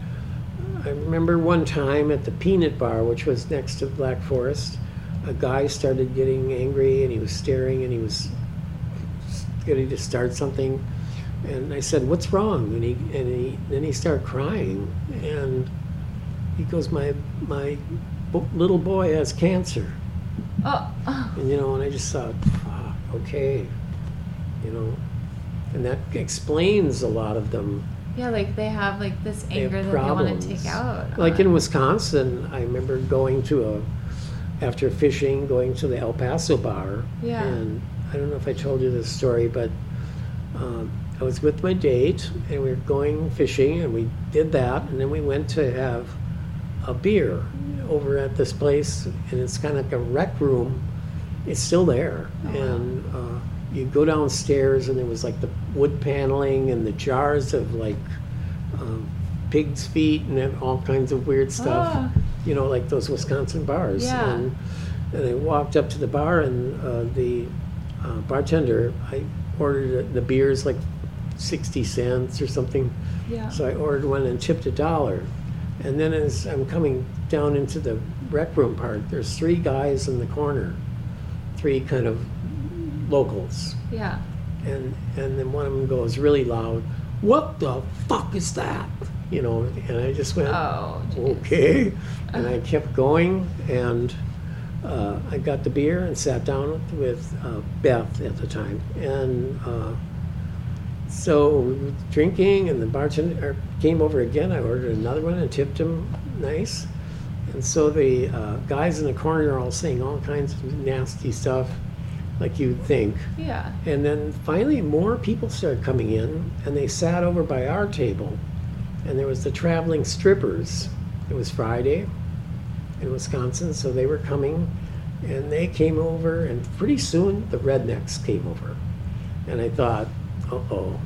Speaker 3: I remember one time at the Peanut Bar, which was next to Black Forest, a guy started getting angry and he was staring and he was getting to start something. And I said, "What's wrong?" And he and he then he started crying and he goes, "My my bo- little boy has cancer."
Speaker 2: Oh, oh,
Speaker 3: And you know, and I just thought, fuck, okay, you know, and that explains a lot of them.
Speaker 2: yeah, like they have like this
Speaker 3: They have
Speaker 2: anger that they want
Speaker 3: problems.
Speaker 2: to take out.
Speaker 3: Like in
Speaker 2: on-
Speaker 3: Wisconsin, I remember going to a after fishing, going to the El Paso bar.
Speaker 2: Yeah.
Speaker 3: And I don't know if I told you this story, but um, I was with my date, and we were going fishing, and we did that, and then we went to have a beer over at this place, and it's kind of like a rec room. It's still there, and uh, you go downstairs, and there was like the wood paneling and the jars of like um, pig's feet and then all kinds of weird stuff.
Speaker 2: Ah.
Speaker 3: You know, like those Wisconsin bars.
Speaker 2: Yeah.
Speaker 3: And, and I walked up to the bar, and uh, the uh, bartender, I ordered the beers like sixty cents or something.
Speaker 2: yeah.
Speaker 3: So I ordered one and tipped a dollar. And then as I'm coming down into the rec room part, there's three guys in the corner, three kind of locals.
Speaker 2: yeah.
Speaker 3: And, and then one of them goes really loud, What the fuck is that? You know, and I just went,
Speaker 2: Oh. geez.
Speaker 3: Okay. And I kept going and uh, I got the beer and sat down with uh, Beth at the time. And uh, so we were drinking, and the bartender came over again. I ordered another one and tipped him nice. And so the uh, guys in the corner are all saying all kinds of nasty stuff, like you'd think.
Speaker 2: Yeah.
Speaker 3: And then finally, more people started coming in, and they sat over by our table. And there was the traveling strippers. It was Friday in Wisconsin, so they were coming, and they came over, and pretty soon the rednecks came over. And I thought, uh oh.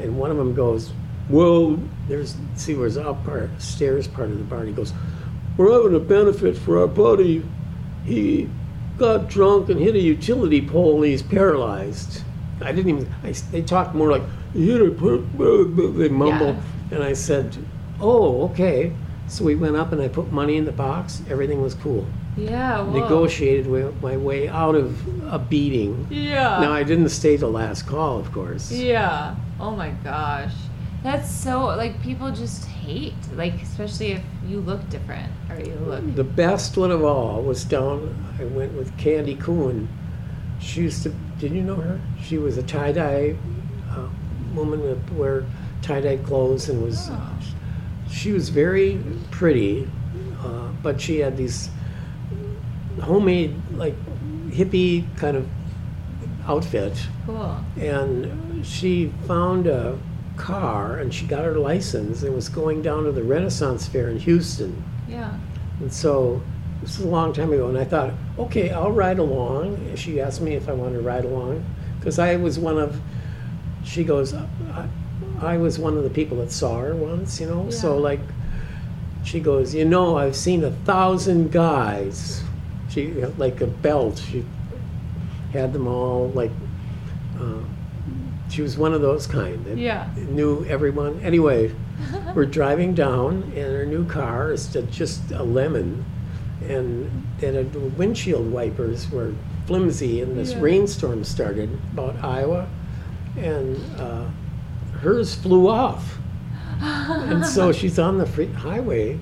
Speaker 3: And one of them goes, Well, there's, see, where's the up part, stairs part of the bar, and he goes, We're having a benefit for our buddy. He got drunk and hit a utility pole and he's paralyzed. I didn't even, I, they talked more like, he hit a, per- blah, blah," they mumble. And I said, oh, okay. So we went up and I put money in the box. Everything was cool.
Speaker 2: Yeah. Whoa.
Speaker 3: Negotiated wi- my way out of a beating.
Speaker 2: Yeah.
Speaker 3: Now, I didn't stay the last call, of course.
Speaker 2: Yeah. Oh my gosh. That's so like people just hate like especially if you look different or you look
Speaker 3: The best one of all was down, I went with Candy Coon. She used to, did you know her? She was a tie dye uh, woman that wear tie dye clothes and was,
Speaker 2: Oh.
Speaker 3: she was very pretty, uh, but she had these homemade, like hippie kind of outfit.
Speaker 2: cool.
Speaker 3: And she found a car and she got her license and was going down to the Renaissance Fair in Houston.
Speaker 2: Yeah.
Speaker 3: And so this is a long time ago, and I thought, okay, I'll ride along. And She asked me if I wanted to ride along because I was one of. She goes, I, I was one of the people that saw her once, you know. So
Speaker 2: Yeah.
Speaker 3: like, she goes, you know, I've seen a thousand guys. She like a belt. She had them all like. Uh, she was one of those kind. that
Speaker 2: Yeah.
Speaker 3: knew everyone. Anyway, we're driving down, and her new car is ju- just a lemon, and and uh, the windshield wipers were flimsy, and this
Speaker 2: Yeah.
Speaker 3: rainstorm started about Iowa, and uh, hers flew off, and so she's on the free highway,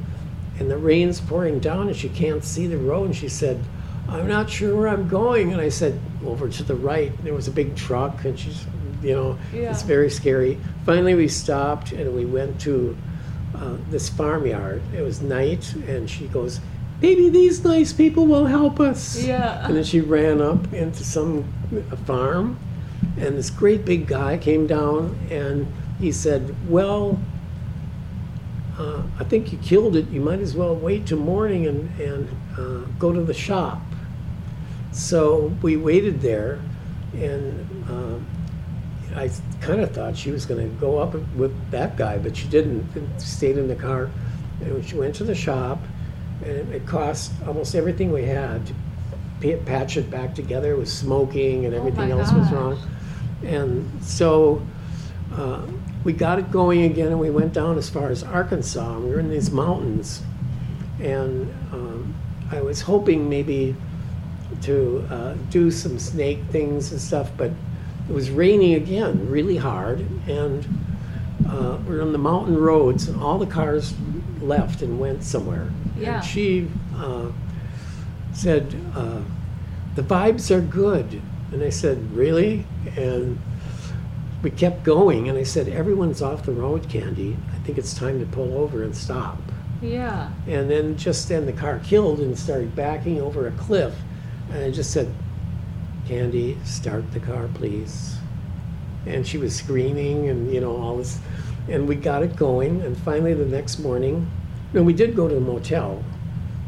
Speaker 3: and the rain's pouring down, and she can't see the road, and she said. I'm not sure where I'm going, and I said over to the right. There was a big truck, and she's, you know, it's
Speaker 2: Yeah.
Speaker 3: very very scary. Finally, we stopped and we went to uh, this farmyard. It was night, and she goes, "Maybe these nice people will help us."
Speaker 2: Yeah.
Speaker 3: And then she ran up into some a farm, and this great big guy came down and he said, "Well, uh, I think you killed it. You might as well wait till morning and, and uh, go to the shop. So we waited there, and um, I kind of thought she was going to go up with that guy, but she didn't. She Stayed in the car, and she went to the shop, and it cost almost everything we had to pa- patch it back together. It was smoking, and everything else was
Speaker 2: gosh.
Speaker 3: wrong. And so uh, we got it going again, and we went down as far as Arkansas. We were in these mountains, and um, I was hoping maybe to uh, do some snake things and stuff, but it was raining again, really hard, and uh, we're on the mountain roads, and all the cars left and went somewhere.
Speaker 2: Yeah.
Speaker 3: And she uh, said, uh, "The vibes are good," and I said, "Really?" And we kept going, and I said, "Everyone's off the road, Candy. I think it's time to pull over and stop."
Speaker 2: Yeah.
Speaker 3: And then just then the car killed and started backing over a cliff. And I just said, Candy, start the car, please. And she was screaming and, you know, all this. And we got it going. And finally, the next morning, no, we did go to a motel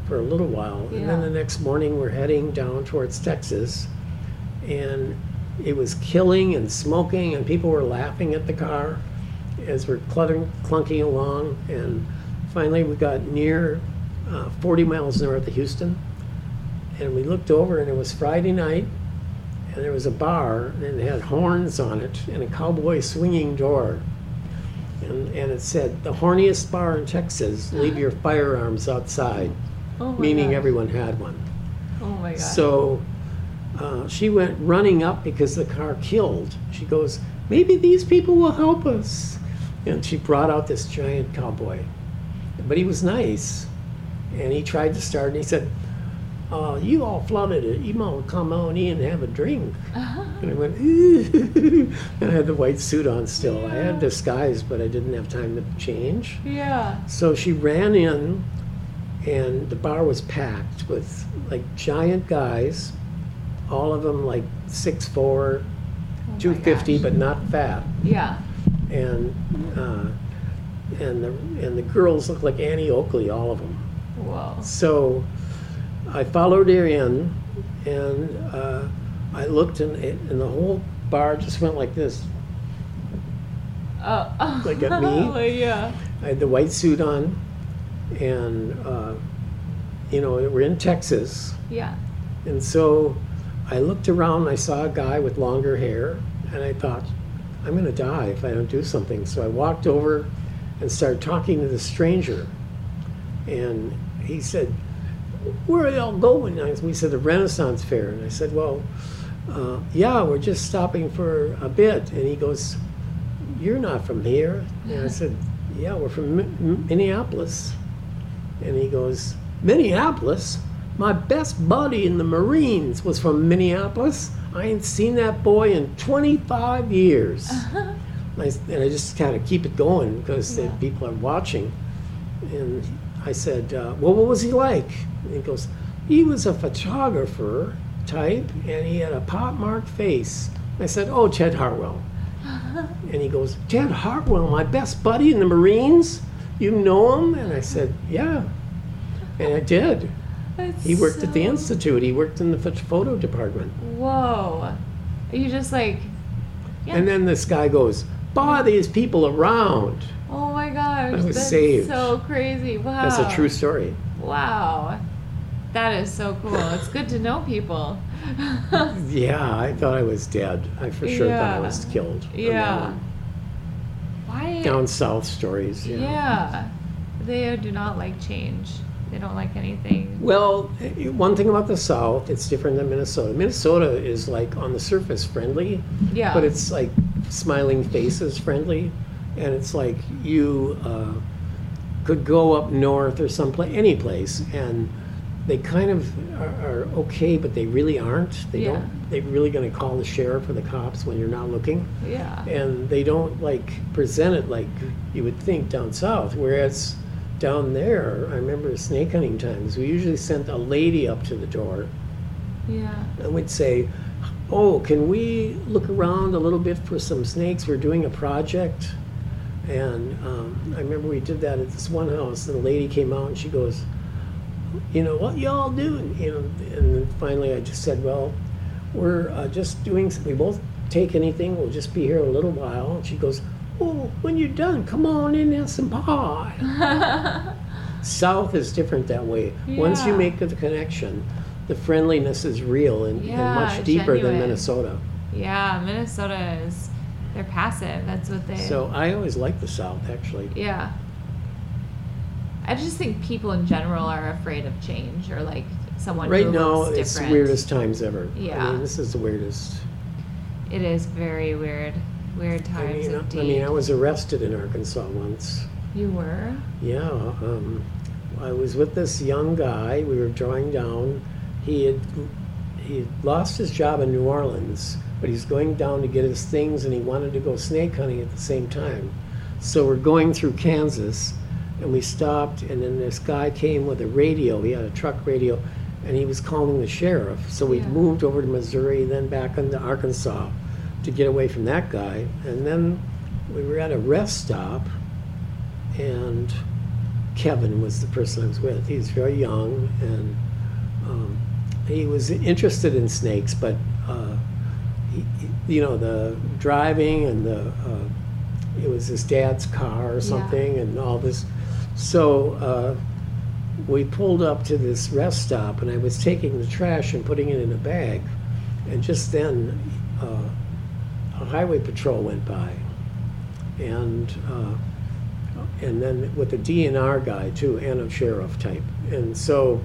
Speaker 3: for a little while. And
Speaker 2: Yeah.
Speaker 3: then the next morning, we're heading down towards Texas. And it was killing and smoking, and people were laughing at the car as we're cluttering, clunking along, and finally we got near uh, 40 miles north of Houston, and we looked over, and it was Friday night, and there was a bar, and it had horns on it, and a cowboy swinging door, and, and it said, "The horniest bar in Texas. Leave your firearms outside,"
Speaker 2: Uh-huh. Oh my
Speaker 3: meaning
Speaker 2: gosh.
Speaker 3: everyone had one.
Speaker 2: Oh my god.
Speaker 3: So uh, she went running up because the car killed. She goes, Maybe these people will help us. And she brought out this giant cowboy. But he was nice. And he tried to start and he said, uh, You all flooded it. You might come on in and have a drink. And I went, and I had the white suit on still. I had disguise, but I didn't have time to change.
Speaker 2: yeah.
Speaker 3: So she ran in, and the bar was packed with like giant guys, all of them like 6'4,
Speaker 2: Oh my
Speaker 3: 250,
Speaker 2: gosh.
Speaker 3: but not fat.
Speaker 2: Yeah.
Speaker 3: And, uh, and, the, and the girls looked like Annie Oakley, all of them.
Speaker 2: Whoa.
Speaker 3: So I followed her in, and uh, I looked, and, and the whole bar just went like this.
Speaker 2: Oh. oh.
Speaker 3: Like at me?
Speaker 2: Like, yeah.
Speaker 3: I had the white suit on, and, uh, you know, we're in Texas.
Speaker 2: Yeah.
Speaker 3: And so I looked around and I saw a guy with longer hair, and I thought, I'm going to die if I don't do something. So I walked over and started talking to the stranger. And he said, Where are y'all going? And I- we said, The Renaissance Fair. And I said, Well, uh, yeah, we're just stopping for a bit. And he goes, You're not from here. And I said, Yeah, we're from Mi- Mi- Minneapolis. And he goes, Minneapolis? My best buddy in the Marines was from Minneapolis. I ain't seen that boy in 25 years. And I, s- and I just kind of keep it going because the
Speaker 2: Yeah.
Speaker 3: people are watching. And I said, uh, Well, what was he like? And he goes, He was a photographer type and he had a pot marked face. I said, Oh, Ted Hartwell. And he goes, Ted Hartwell, my best buddy in the Marines. You know him? And I said, Yeah. And I did.
Speaker 2: That's
Speaker 3: He worked at the
Speaker 2: so-
Speaker 3: institute. He worked in the phot- photo department.
Speaker 2: Whoa. Are you just like? Yeah.
Speaker 3: And then this guy goes, "Boy, these people around."
Speaker 2: oh my gosh.
Speaker 3: was
Speaker 2: that's
Speaker 3: saved.
Speaker 2: so crazy. Wow.
Speaker 3: That's a true story.
Speaker 2: Wow. That is so cool. It's good to know people.
Speaker 3: Oh, Yeah, I thought I was dead. I for sure thought I
Speaker 2: Yeah.
Speaker 3: was killed. on that
Speaker 2: yeah.
Speaker 3: one.
Speaker 2: Why?
Speaker 3: Down south stories.
Speaker 2: yeah.
Speaker 3: you know.
Speaker 2: They do not like change. They don't like anything.
Speaker 3: Well, eh, one thing about the South, it's different than Minnesota. Minnesota is like on the surface friendly,
Speaker 2: Yeah.
Speaker 3: but it's like smiling faces friendly, and it's like you uh, could go up north or someplace, any place, and they kind of are, are okay, but they really aren't. They
Speaker 2: Yeah.
Speaker 3: don't. They're really going to call the sheriff or the cops when you're not looking,
Speaker 2: yeah.
Speaker 3: and they don't like present it like you would think down south. Whereas down there, I remember snake hunting times, we usually sent a lady up to the door
Speaker 2: Yeah.
Speaker 3: and we'd say, "Oh, can we look around a little bit for some snakes? We're doing a project." And um, I remember we did that at this one house, and a lady came out and she goes, "You know what y'all doing?" You know, and then finally I just said, "Well, we're uh, just doing. We won't take anything. We'll just be here a little while." And she goes, "Oh, when you're done, come on in and have some pie." South is different that way. Once you
Speaker 2: Yeah.
Speaker 3: make the connection, the friendliness is real and, and
Speaker 2: Yeah,
Speaker 3: much deeper than
Speaker 2: genuine.
Speaker 3: Minnesota.
Speaker 2: yeah, Minnesota is they're passive. That's what they.
Speaker 3: So I always like the South, actually.
Speaker 2: Yeah. I just think people in general are afraid of change or like someone
Speaker 3: Right
Speaker 2: who
Speaker 3: now,
Speaker 2: looks
Speaker 3: it's
Speaker 2: different.
Speaker 3: weirdest times ever. I
Speaker 2: Yeah.
Speaker 3: mean, this is the weirdest.
Speaker 2: It is very weird. Weird
Speaker 3: I
Speaker 2: times
Speaker 3: mean, I-
Speaker 2: indeed.
Speaker 3: I mean, I was arrested in Arkansas once.
Speaker 2: you were?
Speaker 3: Yeah, um, I was with this young guy. We were drawing down. He had he had lost his job in New Orleans, but he's going down to get his things, and he wanted to go snake hunting at the same time. So we're going through Kansas, and we stopped, and then this guy came with a radio. He had a truck radio, and he was calling the sheriff. So we
Speaker 2: Yeah.
Speaker 3: moved over to Missouri, then back into Arkansas to get away from that guy. And then we were at a rest stop, and Kevin was the person I was with. He was very young, and um, he was interested in snakes, but uh, he, he- you know the driving and the uh, it was his dad's car or
Speaker 2: Yeah.
Speaker 3: something, and all this. So uh, we pulled up to this rest stop, and I was taking the trash and putting it in a bag, and just then uh, a highway patrol went by, and. Uh, and then with the DNR guy too, and a sheriff type. And so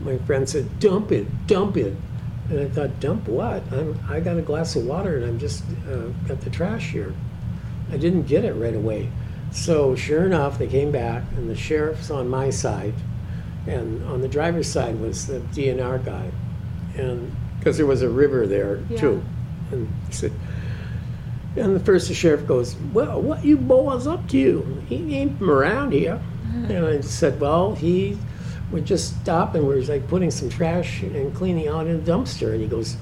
Speaker 3: my friend said, "Dump it, dump it," and I thought, "Dump what? I'm I got a glass of water and I'm just uh, got the trash here." I didn't get it right away. So sure enough, they came back, and the sheriff's on my side, and on the driver's side was the DNR guy, and because there was a river there too, and he said. And the first sheriff goes, "Well, what you boys up to? He ain't from around here." And I said, "Well, he, we just stopped and we was like putting some trash and cleaning out in a dumpster." And he goes,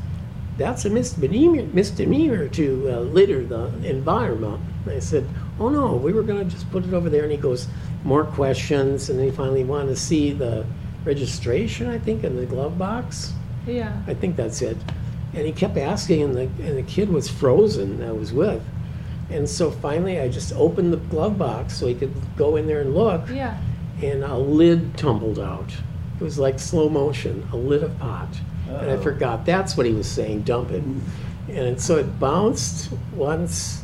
Speaker 3: "That's a misdemeanor, misdemeanor to uh, litter the environment." And I said, "Oh no, we were gonna just put it over there." And he goes, "More questions?" And then he finally wanted to see the registration, I think, in the glove box.
Speaker 2: Yeah.
Speaker 3: I think that's it. And he kept asking, and the, and the kid was frozen, I was with. And so finally, I just opened the glove box so he could go in there and look,
Speaker 2: Yeah.
Speaker 3: and a lid tumbled out. It was like slow motion, a lid of pot. And I
Speaker 4: Uh-oh.
Speaker 3: forgot that's what he was saying, dump it. And so it bounced once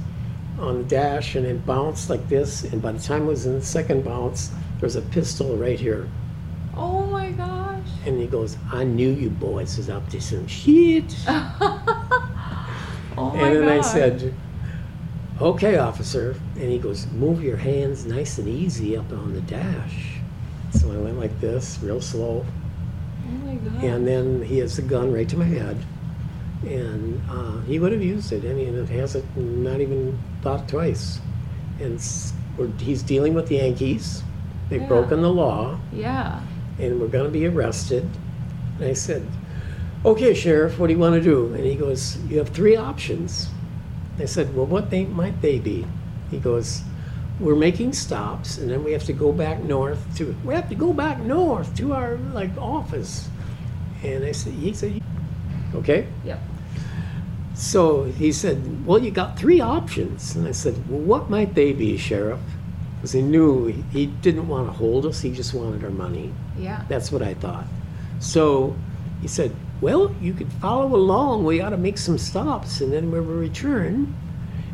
Speaker 3: on the dash, and it bounced like this. And by the time it was in the second bounce, there was a pistol right here.
Speaker 2: Oh my gosh.
Speaker 3: And he goes, I knew you boys was up to some shit.
Speaker 2: Oh my
Speaker 3: And then I
Speaker 2: gosh.
Speaker 3: said, okay, officer. And he goes, move your hands nice and easy up on the dash. So I went like this, real slow.
Speaker 2: Oh my god.
Speaker 3: And then he has the gun right to my head. And uh, he would have used it. I mean, it hasn't not even thought twice. And s- we're, he's dealing with the Yankees. They've
Speaker 2: Yeah.
Speaker 3: broken the law
Speaker 2: yeah.
Speaker 3: and we're going to be arrested. And I said, Okay, Sheriff, what do you want to do? And he goes, You have three options. I said, Well, what they, might they be? He goes, We're making stops, and then we have to go back north to, we have to go back north to our like office. And I said, He said, Okay.
Speaker 2: Yep.
Speaker 3: So he said, Well, you got three options. And I said, Well, what might they be, Sheriff? Because he knew he, he didn't want to hold us, he just wanted our money.
Speaker 2: Yeah.
Speaker 3: That's what I thought. So he said, Well, you could follow along. We ought to make some stops, and then we will return.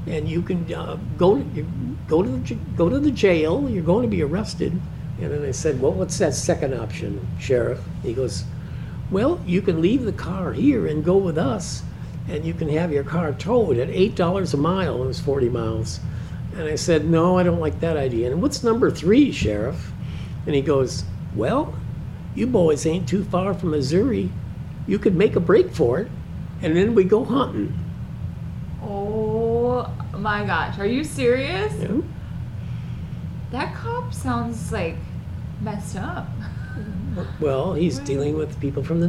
Speaker 3: And you can uh, go, you go, to the, j- go to the jail. You're going to be arrested. And then I said, Well, what's that second option, Sheriff? He goes, Well, you can leave the car here and go with us, and you can have your car towed at $8 a mile. It was 40 miles. And I said, No, I don't like that idea. And what's number three, Sheriff? And he goes, Well, you boys ain't too far from Missouri. You could make a break for it, and then we go hunting.
Speaker 2: Oh my gosh. Are you serious?
Speaker 3: You know?
Speaker 2: That cop sounds like messed up.
Speaker 3: Mm-hmm. Well, he's dealing with people from the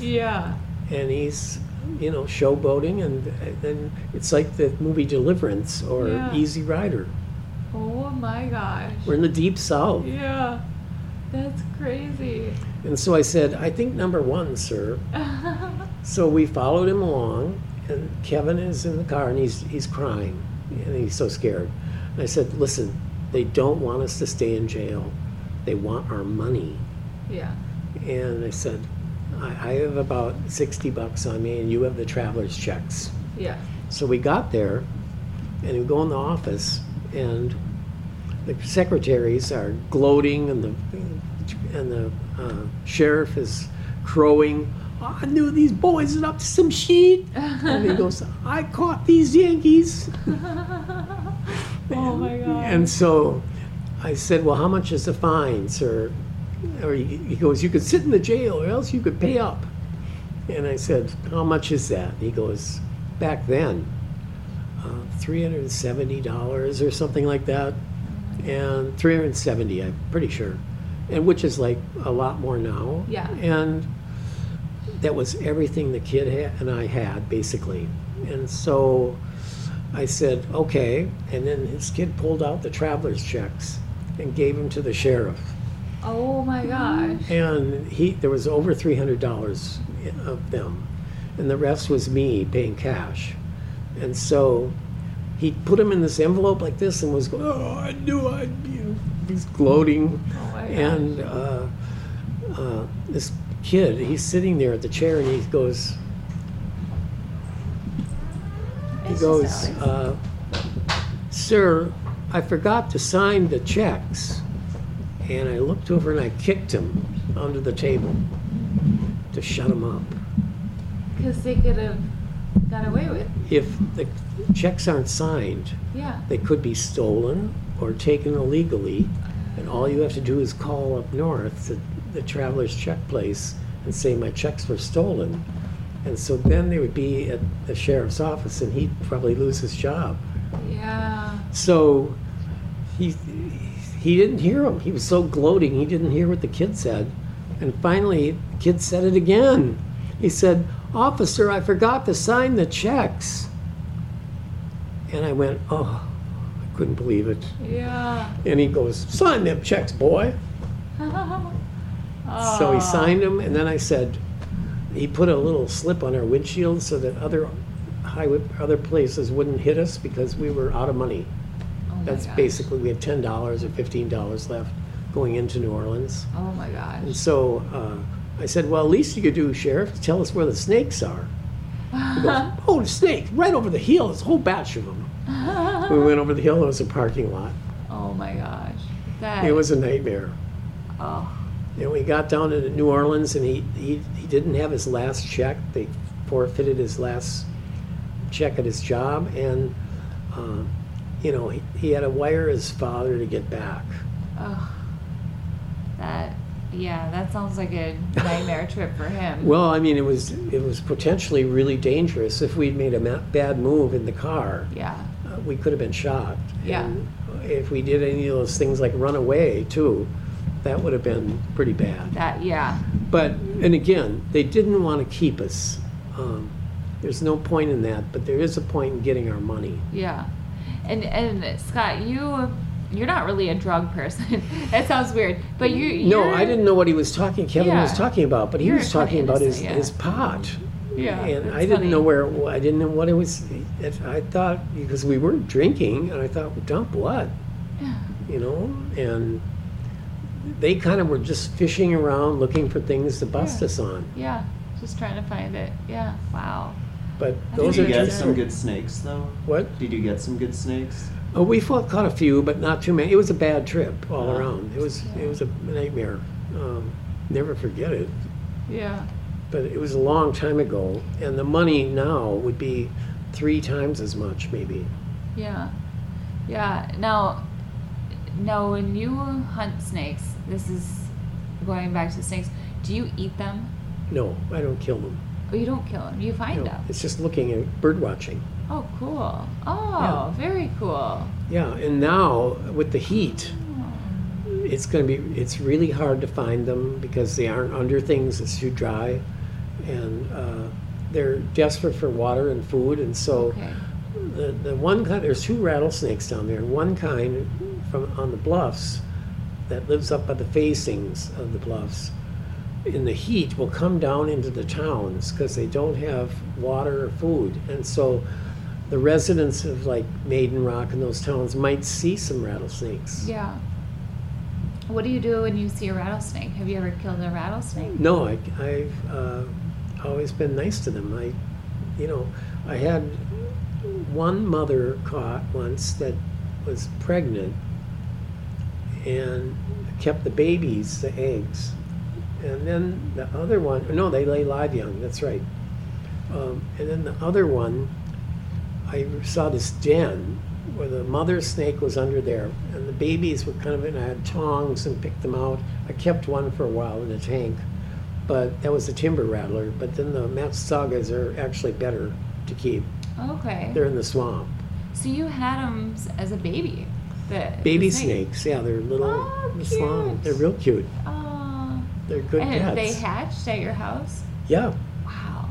Speaker 2: yeah.
Speaker 3: and he's, you know, showboating, and then it's like the movie Deliverance or
Speaker 2: Yeah.
Speaker 3: Easy Rider.
Speaker 2: Oh my gosh.
Speaker 3: We're in the deep south.
Speaker 2: Yeah. That's crazy.
Speaker 3: And so I said, I think number one, sir. So we followed him along, and Kevin is in the car, and he's he's crying, and he's so scared. And I said, "Listen, they don't want us to stay in jail; they want our money."
Speaker 2: yeah.
Speaker 3: And I said, "I, I have about sixty bucks on me, and you have the traveler's checks."
Speaker 2: Yeah.
Speaker 3: So we got there, and we go in the office, and the secretaries are gloating, and the and the uh, sheriff is crowing. "Oh, I knew these boys are up to some shit. and he goes, "I caught these Yankees."
Speaker 2: Oh my god.
Speaker 3: And so I said, Well, how much is the fine, sir? Or he he goes, You could sit in the jail or else you could pay up. And I said, How much is that? He goes, Back then, uh, $370 or something like that. And 370 I'm pretty sure. And which is like a lot more now.
Speaker 2: Yeah.
Speaker 3: And that was everything the kid had, and I had basically. And so I said, okay. And then his kid pulled out the traveler's checks and gave them to the sheriff.
Speaker 2: oh my gosh.
Speaker 3: And he, there was over $300 of them. And the rest was me paying cash. And so he put them in this envelope like this and was going, oh, I knew I'd be, he's gloating.
Speaker 2: Oh my gosh.
Speaker 3: And uh, uh, this kid, he's sitting there at the chair and he goes, he
Speaker 2: It's just
Speaker 3: goes,
Speaker 2: Alex.
Speaker 3: uh, Sir, I forgot to sign the checks. And I looked over and I kicked him under the table to shut him up.
Speaker 2: Because they could have got away with.
Speaker 3: If the checks aren't signed,
Speaker 2: Yeah.
Speaker 3: they could be stolen or taken illegally, and all you have to do is call up north to the traveler's check place and say my checks were stolen. And so then they would be at the sheriff's office and he'd probably lose his job.
Speaker 2: Yeah.
Speaker 3: So he he didn't hear him. He was so gloating he didn't hear what the kid said. And finally, the kid said it again. He said, "Officer, I forgot to sign the checks." And I went, "Oh, I couldn't believe it."
Speaker 2: Yeah.
Speaker 3: And he goes, "Sign them checks, boy." So he signed them, and then I said, he put a little slip on our windshield so that other highway, other places wouldn't hit us because we were out of money.
Speaker 2: Oh my
Speaker 3: That's
Speaker 2: gosh.
Speaker 3: basically, we had ten dollars or fifteen dollars left going into New Orleans.
Speaker 2: Oh my gosh.
Speaker 3: And so uh, I said, well, at least you could do, Sheriff, is tell us where the snakes are. He goes, oh, the snakes, right over the hill, there's a whole batch of them. We went over the hill, there was a parking lot.
Speaker 2: Oh my gosh. That.
Speaker 3: It was a nightmare.
Speaker 2: Oh.
Speaker 3: And we got down to New Orleans and he, he, he didn't have his last check. They forfeited his last check at his job. And, uh, you know, he, he had to wire his father to get back.
Speaker 2: Oh. That. Yeah. That sounds like a nightmare trip for him.
Speaker 3: Well, I mean, it was it was potentially really dangerous. If we'd made a ma- bad move in the car,
Speaker 2: yeah.
Speaker 3: uh, we could have been shot.
Speaker 2: Yeah.
Speaker 3: And uh, if we did any of those things like run away too, that would have been pretty bad.
Speaker 2: That. Yeah.
Speaker 3: But and again, they didn't want to keep us. Um, there's no point in that, but there is a point in getting our money.
Speaker 2: Yeah, and and Scott, you you're not really a drug person. that sounds weird, but you.
Speaker 3: No,
Speaker 2: you're-
Speaker 3: I didn't know what he was talking. Kevin was
Speaker 2: Yeah.
Speaker 3: talking about, but he
Speaker 2: You're
Speaker 3: was talking
Speaker 2: kinda
Speaker 3: about his,
Speaker 2: innocent, yeah.
Speaker 3: his pot.
Speaker 2: Yeah,
Speaker 3: and
Speaker 2: that's
Speaker 3: I didn't know
Speaker 2: funny.
Speaker 3: where it wa- I didn't know what it was. It, I thought because we weren't drinking, and I thought, well, dump what, you know, and they kind of were just fishing around looking for things to bust
Speaker 2: Yeah.
Speaker 3: us on.
Speaker 2: Yeah, just trying to find it. Yeah. Wow.
Speaker 3: But
Speaker 2: Did
Speaker 3: those
Speaker 4: Did
Speaker 3: are
Speaker 4: you get
Speaker 3: just
Speaker 4: some good snakes though?
Speaker 3: what?
Speaker 4: Did you get some good snakes?
Speaker 3: Oh, we fought, caught a few, but not too many. It was a bad trip all
Speaker 4: Yeah.
Speaker 3: around. It was it was a nightmare. Um, never forget it.
Speaker 2: Yeah.
Speaker 3: But it was a long time ago, and the money now would be three times as much, maybe.
Speaker 2: Yeah. Yeah. Now, now when you hunt snakes, this is going back to snakes. Do you eat them?
Speaker 3: No, I don't kill them.
Speaker 2: Oh, you don't kill them. You find
Speaker 3: No,
Speaker 2: them.
Speaker 3: It's just looking at bird watching.
Speaker 2: Oh, cool. Oh, very cool.
Speaker 3: Yeah, and now with the heat, it's going to be it's really hard to find them because they aren't under things. It's too dry, and uh, they're desperate for water and food, and so.
Speaker 2: Okay.
Speaker 3: The, the one kind, there's two rattlesnakes down there, and one kind from, on the bluffs that lives up by the facings of the bluffs in the heat will come down into the towns because they don't have water or food. And so the residents of like Maiden Rock and those towns might see some rattlesnakes.
Speaker 2: Yeah. What do you do when you see a rattlesnake? Have you ever killed a rattlesnake?
Speaker 3: No, I, I've uh, always been nice to them. I, you know, I had one mother caught once that was pregnant and kept the babies, the eggs, and then the other one. No, they lay live young. That's right. Um, and then the other one, I saw this den where the mother snake was under there, and the babies were kind of in. I had tongs and picked them out. I kept one for a while in a tank, but that was a timber rattler. But then the Matsusagas are actually better to keep.
Speaker 2: Okay.
Speaker 3: They're in the swamp.
Speaker 2: So you had them as a baby. The, the
Speaker 3: Baby
Speaker 2: snake.
Speaker 3: snakes, yeah, they're little
Speaker 2: Oh,
Speaker 3: in the swamp.
Speaker 2: cute.
Speaker 3: They're real cute.
Speaker 2: Aw.
Speaker 3: They're good
Speaker 2: and they
Speaker 3: pets.
Speaker 2: hatched at your house.
Speaker 3: yeah.
Speaker 2: Wow.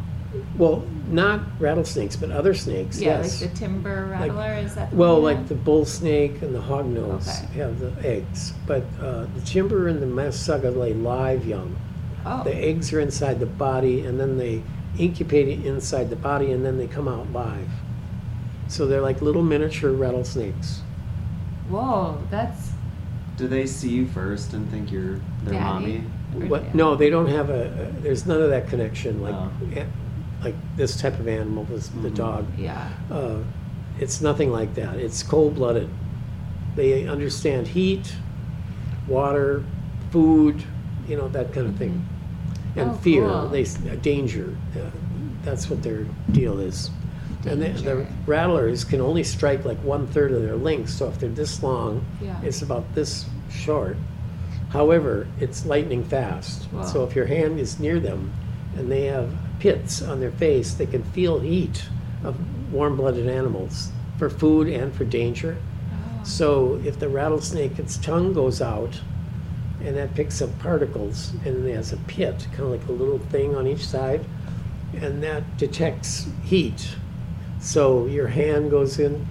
Speaker 3: Well, not rattlesnakes, but other snakes.
Speaker 2: Yeah,
Speaker 3: yes.
Speaker 2: like the timber
Speaker 3: Like-
Speaker 2: rattler. is that? the
Speaker 3: Well,
Speaker 2: one?
Speaker 3: like the bull snake and the hognose
Speaker 2: Okay.
Speaker 3: have the eggs, but uh, the timber and the masaga lay live young.
Speaker 2: Oh.
Speaker 3: The eggs are inside the body, and then they incubate it inside the body, and then they come out live. So they're like little miniature rattlesnakes.
Speaker 2: Whoa, that's
Speaker 4: Do they see you first and think you're their
Speaker 2: daddy.
Speaker 4: mommy?
Speaker 2: Or
Speaker 3: What?
Speaker 2: dad?
Speaker 3: No, they don't have a. a- There's none of that connection. Like,
Speaker 4: Oh.
Speaker 3: an- like this type of animal was the
Speaker 2: Mm-hmm.
Speaker 4: Mhm.
Speaker 3: dog.
Speaker 2: Yeah.
Speaker 3: Uh, it's nothing like that. It's cold blooded. They understand heat, water, food, you know, that kind of thing. And
Speaker 2: Oh,
Speaker 3: fear,
Speaker 2: cool.
Speaker 3: they, s- uh, danger. uh, That's what their deal is. And the, the
Speaker 2: Danger.
Speaker 3: rattlers can only strike like one third of their length, so if they're this long,
Speaker 2: Yeah.
Speaker 3: it's about this short. However, it's lightning fast.
Speaker 2: Wow.
Speaker 3: So if your hand is near them and they have pits on their face, they can feel heat of warm blooded animals for food and for danger.
Speaker 2: Oh.
Speaker 3: So if the rattlesnake, its tongue goes out and that picks up particles and it has a pit, kind of like a little thing on each side, and that detects heat. So your hand goes in,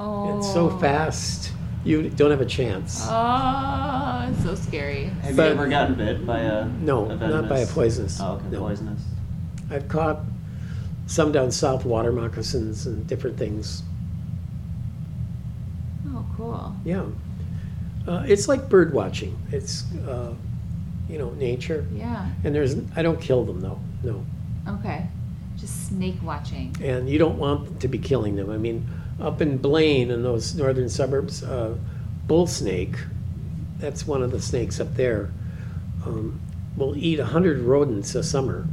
Speaker 2: oh.
Speaker 3: it's so fast, you don't have a chance.
Speaker 4: Uh,
Speaker 2: Oh, it's so scary.
Speaker 4: Have
Speaker 3: But-
Speaker 4: you ever gotten bit by a
Speaker 3: No,
Speaker 4: a
Speaker 3: not by a
Speaker 4: venomous-
Speaker 3: poisonous.
Speaker 4: Oh, okay,
Speaker 3: No.
Speaker 4: poisonous.
Speaker 3: I've caught some down south water moccasins and different things.
Speaker 2: Oh, cool.
Speaker 3: Yeah. Uh, it's like bird watching. It's, uh, you know, nature.
Speaker 2: Yeah.
Speaker 3: And there's, I don't kill them though, no.
Speaker 2: Okay. Just snake watching.
Speaker 3: And you don't want to be killing them. I mean, up in Blaine and those northern suburbs, uh, bull snake, that's one of the snakes up there, um, will eat 100 rodents a summer.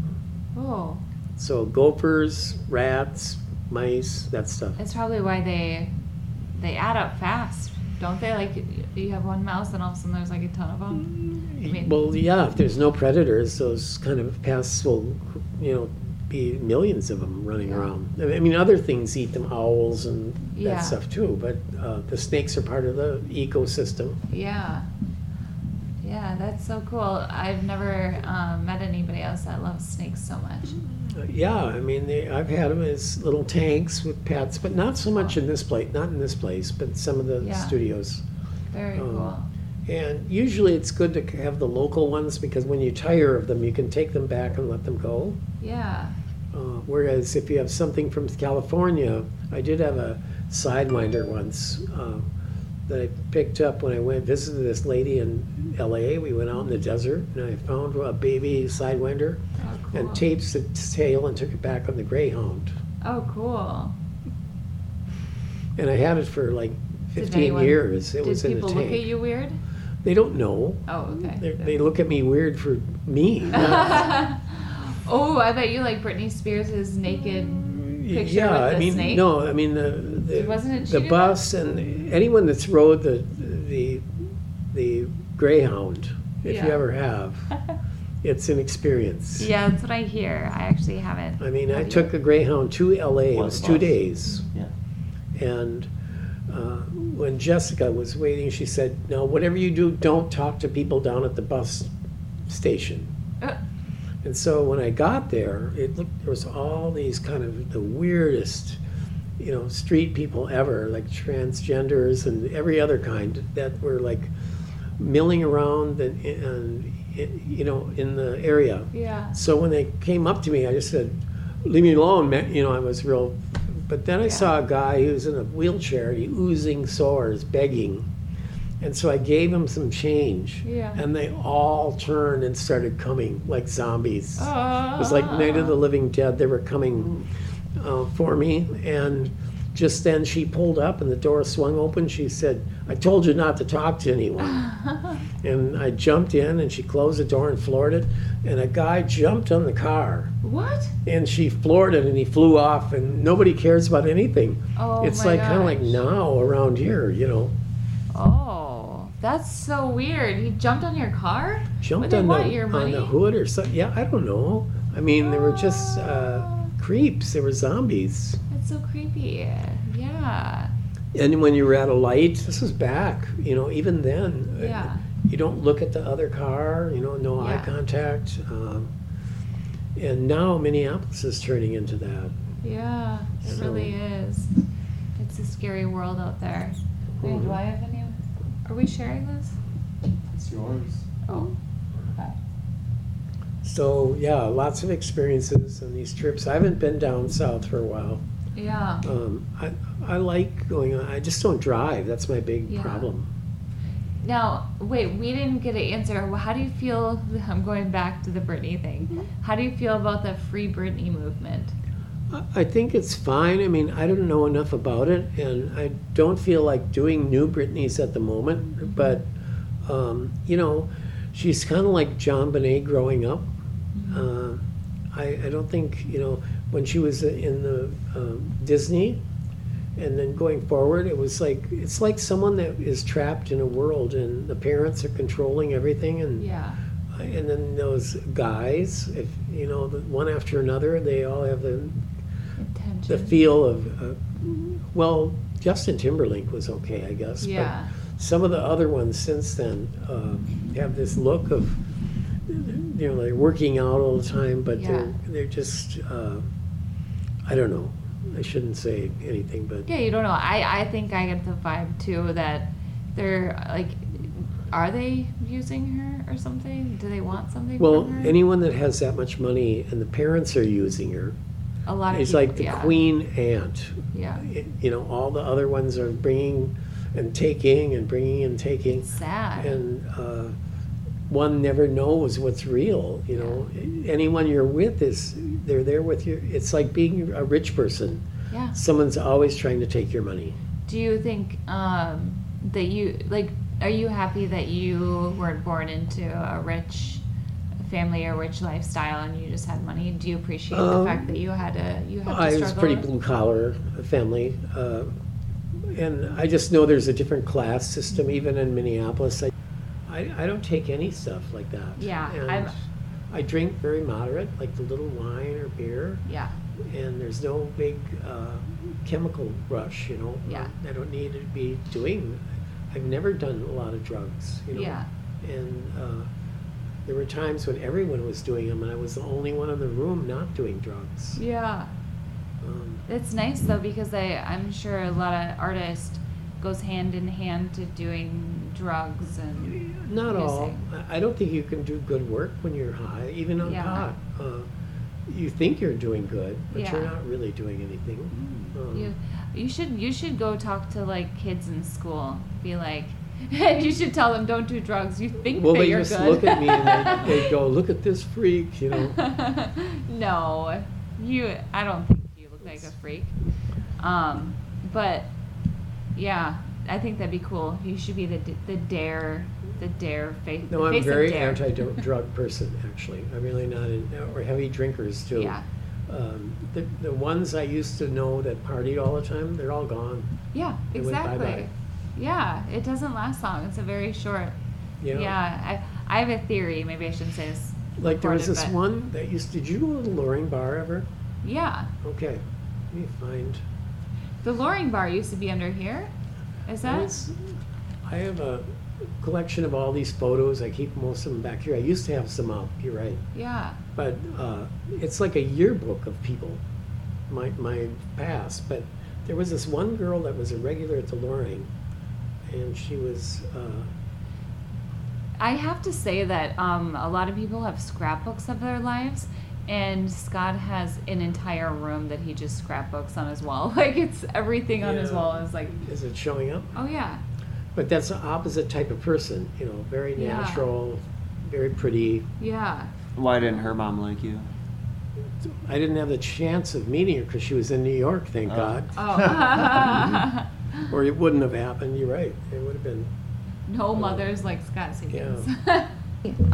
Speaker 2: Oh,
Speaker 3: So gophers, rats, mice, that stuff.
Speaker 2: that's probably why they they add up fast, don't they? Like you have one mouse, and all of a sudden there's like a ton of them. mean-
Speaker 3: Well, yeah, if there's no predators, those kind of pests will, you know, be millions of them running
Speaker 2: Yeah.
Speaker 3: around. I mean, other things eat them, owls and
Speaker 2: Yeah.
Speaker 3: that stuff too, but uh, the snakes are part of the ecosystem.
Speaker 2: Yeah. Yeah, that's so cool. I've never um, met anybody else that loves snakes so much.
Speaker 3: Uh, Yeah, I mean, they, I've had them as little tanks with pets, but not so much in this place, not in this place, but some of the
Speaker 2: Yeah.
Speaker 3: studios.
Speaker 2: Very
Speaker 3: Oh.
Speaker 2: cool.
Speaker 3: And usually it's good to have the local ones because when you tire of them, you can take them back and let them go.
Speaker 2: Yeah.
Speaker 3: Uh, whereas if you have something from California, I did have a sidewinder once uh, that I picked up when I went visited this lady in L.A. We went out in the desert, and I found a baby sidewinder
Speaker 2: Oh, cool.
Speaker 3: and taped its tail and took it back on the Greyhound.
Speaker 2: oh, cool.
Speaker 3: And I had it for like
Speaker 2: Did
Speaker 3: 15
Speaker 2: anyone-
Speaker 3: years. It
Speaker 2: Did
Speaker 3: was in a
Speaker 2: people
Speaker 3: tank.
Speaker 2: look at you weird?
Speaker 3: They don't know.
Speaker 2: Oh, okay.
Speaker 3: They're, they look at me weird for me. not-
Speaker 2: oh, I bet you like Britney Spears is naked.
Speaker 3: Mm.
Speaker 2: picture
Speaker 3: yeah,
Speaker 2: with
Speaker 3: I
Speaker 2: the
Speaker 3: mean,
Speaker 2: snake?
Speaker 3: no, I mean the the,
Speaker 2: Wasn't it
Speaker 3: the
Speaker 2: cheated on?
Speaker 3: bus and anyone that's rode the the the Greyhound, if you
Speaker 2: Yeah.
Speaker 3: ever have, it's an experience.
Speaker 2: Yeah, that's what I hear. I actually haven't.
Speaker 3: I mean,
Speaker 2: Have
Speaker 3: I
Speaker 2: you?
Speaker 3: took a Greyhound to L.A. It
Speaker 4: What,
Speaker 3: was
Speaker 4: the
Speaker 3: two
Speaker 4: bus?
Speaker 3: days,
Speaker 4: Yeah.
Speaker 3: and uh, when Jessica was waiting, she said, "Now, whatever you do, don't talk to people down at the bus station."
Speaker 2: Uh.
Speaker 3: And so when I got there, it looked there was all these kind of the weirdest you know, street people ever, like transgenders and every other kind that were like milling around and, and you know, in the area.
Speaker 2: Yeah.
Speaker 3: So when they came up to me, I just said, "Leave me alone," man. You know, I was real. But then I saw a guy who was in a wheelchair, he oozing sores, begging, and so I gave him some change.
Speaker 2: Yeah.
Speaker 3: And they all turned and started coming like zombies.
Speaker 2: Oh.
Speaker 3: It was like Night of the Living Dead. They were coming uh, for me, and just then she pulled up and the door swung open. She said, "I told you not to talk to anyone." and I jumped in, and she closed the door and floored it. And a guy jumped on the car,
Speaker 2: What?
Speaker 3: and she floored it, and he flew off. And nobody cares about anything.
Speaker 2: Oh
Speaker 3: it's
Speaker 2: my
Speaker 3: like kind of like
Speaker 2: gosh.
Speaker 3: now around here, you know.
Speaker 2: Oh, that's so weird. He jumped on your car. But
Speaker 3: Jumped
Speaker 2: they
Speaker 3: on
Speaker 2: want
Speaker 3: the
Speaker 2: your
Speaker 3: on the
Speaker 2: money.
Speaker 3: hood or something. Yeah, I don't know. I mean, they were just uh, creeps. They were zombies.
Speaker 2: Oh, That's so creepy. Yeah.
Speaker 3: And when you're at a light, this is back, you know, even then. uh,
Speaker 2: Yeah.
Speaker 3: You don't look at the other car, you know, no eye
Speaker 2: Yeah.
Speaker 3: contact. Um, and now Minneapolis is turning into that.
Speaker 2: Yeah. It
Speaker 3: So-
Speaker 2: really is. It's a scary world out there. Wait, do I have any? Are we sharing this?
Speaker 4: It's yours.
Speaker 2: Oh.
Speaker 3: So, yeah, lots of experiences on these trips. I haven't been down south for a while.
Speaker 2: Yeah.
Speaker 3: Um, I, I like going on, I just don't drive. That's my big
Speaker 2: Yeah.
Speaker 3: problem.
Speaker 2: Now, wait, we didn't get an answer. Well, How do you feel? I'm going back to the Britney thing.
Speaker 3: Mm-hmm.
Speaker 2: How do you feel about the Free Britney movement?
Speaker 3: I, I think it's fine. I mean, I don't know enough about it, and I don't feel like doing new Britneys at the moment, but. um, you know, she's kind of like John Bonet growing up. Uh, I, I don't think, you know, when she was in the um, Disney and then going forward, it was like, it's like someone that is trapped in a world and the parents are controlling everything and
Speaker 2: Yeah.
Speaker 3: and then those guys, if you know, the one after another, they all have the the
Speaker 2: Intention.
Speaker 3: feel of, uh, well, Justin Timberlake was okay, I guess. But
Speaker 2: yeah.
Speaker 3: some of the other ones since then uh, have this look of you know they're working out all the time but
Speaker 2: Yeah.
Speaker 3: they're they're just uh, i don't know i shouldn't say anything but
Speaker 2: Yeah, you don't know. I, I think I get the vibe too that they're like, are they using her or something? Do they want something?
Speaker 3: well
Speaker 2: from her?
Speaker 3: anyone that has that much money and the parents are using her
Speaker 2: a lot of
Speaker 3: it's
Speaker 2: people-
Speaker 3: like the
Speaker 2: yeah,
Speaker 3: queen aunt
Speaker 2: Yeah,
Speaker 3: It- you know all the other ones are bringing and taking and bringing and taking
Speaker 2: it's sad.
Speaker 3: and uh, one never knows what's real. You know, anyone you're with is they're there with you. It's like being a rich person.
Speaker 2: yeah.
Speaker 3: Someone's always trying to take your money.
Speaker 2: Do you think um, that you like? Are you happy that you weren't born into a rich family or rich lifestyle and you just had money? Do you appreciate
Speaker 3: Um,
Speaker 2: the fact that you had a you had to
Speaker 3: I
Speaker 2: struggle?
Speaker 3: was pretty blue collar family, uh, and I just know there's a different class system even in Minneapolis. I, I, I don't take any stuff like that.
Speaker 2: Yeah,
Speaker 3: and
Speaker 2: I'm-
Speaker 3: I drink very moderate, like the little wine or beer.
Speaker 2: yeah,
Speaker 3: and there's no big uh, chemical rush, you know.
Speaker 2: Yeah.
Speaker 3: I don't need to be doing. I've never done a lot of drugs, you know.
Speaker 2: yeah,
Speaker 3: And uh, there were times when everyone was doing them, and I was the only one in the room not doing drugs.
Speaker 2: yeah.
Speaker 3: Um,
Speaker 2: It's nice though because I I'm sure a lot of artists goes hand in hand to doing drugs and
Speaker 3: not
Speaker 2: You're
Speaker 3: all.
Speaker 2: saying-
Speaker 3: I- I don't think you can do good work when you're high, even on
Speaker 2: Yeah.
Speaker 3: pot. Uh, you think you're doing good, but you're
Speaker 2: Yeah.
Speaker 3: not really doing anything. Um,
Speaker 2: you you should you should go talk to like kids in school be like you should tell them don't do drugs you think
Speaker 3: Well,
Speaker 2: that
Speaker 3: they
Speaker 2: you're
Speaker 3: just
Speaker 2: good
Speaker 3: look at me and they, they go, "Look at this freak," you know.
Speaker 2: no you I don't think you look like a freak um but yeah I think that'd be cool you should be the d- the dare the dare face
Speaker 3: No,
Speaker 2: the
Speaker 3: I'm
Speaker 2: face of
Speaker 3: very
Speaker 2: dare.
Speaker 3: anti-drug person, actually. I'm really not, in, or heavy drinkers too.
Speaker 2: yeah
Speaker 3: Um, the, the ones I used to know that partied all the time, they're all gone.
Speaker 2: Yeah,
Speaker 3: It went bye-bye.
Speaker 2: exactly. Yeah, it doesn't last long. It's a very short.
Speaker 3: You know?
Speaker 2: Yeah, I, I have a theory. Maybe I shouldn't say this.
Speaker 3: Like there
Speaker 2: recorded,
Speaker 3: was this
Speaker 2: but-
Speaker 3: one that used. Did you go to the Loring Bar ever?
Speaker 2: Yeah,
Speaker 3: Okay, let me find.
Speaker 2: the Loring Bar used to be under here. Is that?
Speaker 3: It's- I have a collection of all these photos. I keep most of them back here. I used to have some out. You're right,
Speaker 2: Yeah.
Speaker 3: but uh, it's like a yearbook of people, my my past. But there was this one girl that was a regular at the Loring, and she was uh,
Speaker 2: I have to say that um, a lot of people have scrapbooks of their lives, and Scott has an entire room that he just scrapbooks on his wall. Like it's everything on his
Speaker 3: Yeah.
Speaker 2: wall is like,
Speaker 3: is it showing up?
Speaker 2: oh yeah,
Speaker 3: But that's the opposite type of person, you know, very
Speaker 2: Yeah.
Speaker 3: natural, very pretty.
Speaker 2: yeah,
Speaker 4: Why didn't her mom like you?
Speaker 3: I didn't have the chance of meeting her because she was in New York, thank
Speaker 4: Oh.
Speaker 3: God.
Speaker 2: oh,
Speaker 3: Or it wouldn't have happened. You're right. It would have been.
Speaker 2: no mothers like Scott Stevens.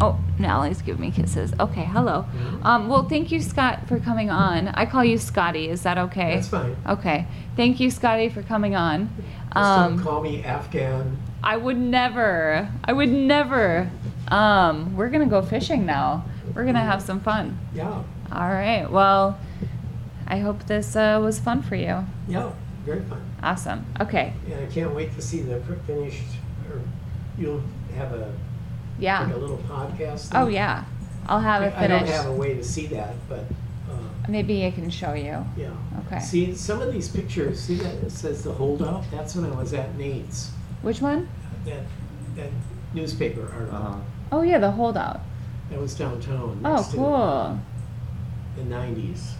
Speaker 2: Oh, Nally's give me kisses. Okay, hello.
Speaker 3: Mm-hmm.
Speaker 2: Um, well, thank you, Scott, for coming on. I call you Scotty. Is that okay?
Speaker 3: That's fine.
Speaker 2: Okay. Thank you, Scotty, for coming on.
Speaker 3: Just
Speaker 2: Um,
Speaker 3: don't call me Afghan.
Speaker 2: I would never. I would never. Um, we're gonna go fishing now. We're gonna have some fun.
Speaker 3: Yeah,
Speaker 2: All right. Well, I hope this uh, was fun for you.
Speaker 3: yeah, very fun.
Speaker 2: Awesome. Okay.
Speaker 3: And I can't wait to see the finished. Or you'll have a like a
Speaker 2: Yeah.
Speaker 3: little podcast.
Speaker 2: Oh yeah. I'll have it
Speaker 3: I don't
Speaker 2: finished.
Speaker 3: have a way to see that, but uh,
Speaker 2: Maybe I can show you.
Speaker 3: yeah.
Speaker 2: Okay.
Speaker 3: See some of these pictures. See that it says the holdout. That's when I was at Nate's.
Speaker 2: Which one?
Speaker 3: That that newspaper article.
Speaker 4: Uh-huh.
Speaker 2: Oh yeah, the holdout.
Speaker 3: That was downtown.
Speaker 2: Oh,
Speaker 3: next to
Speaker 2: cool.
Speaker 3: The nineties.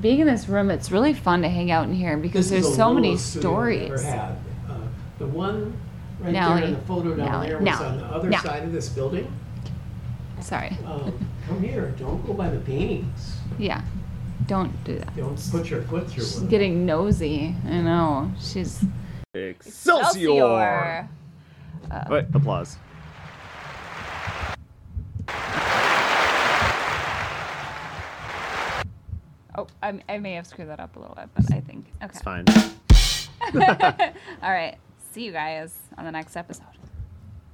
Speaker 2: Being in this room, it's really fun to hang out in here because
Speaker 3: This is
Speaker 2: there's
Speaker 3: the
Speaker 2: so many
Speaker 3: lowest studio I've
Speaker 2: stories.
Speaker 3: ever had. Uh, The one right there
Speaker 2: Nally.
Speaker 3: in the photo down
Speaker 2: Nally.
Speaker 3: there was
Speaker 2: Nally.
Speaker 3: on the other
Speaker 2: Nally.
Speaker 3: side of this building.
Speaker 2: Sorry.
Speaker 3: Um, Come here, don't go by the paintings.
Speaker 2: Yeah. Don't do that.
Speaker 3: Don't put your foot through
Speaker 2: She's
Speaker 3: one.
Speaker 2: getting nosy. I know. She's
Speaker 1: Excelsior! Wait, applause.
Speaker 2: Oh, I, I may have screwed that up a little bit, but I think okay.
Speaker 1: It's fine.
Speaker 2: All right. See you guys on the next episode.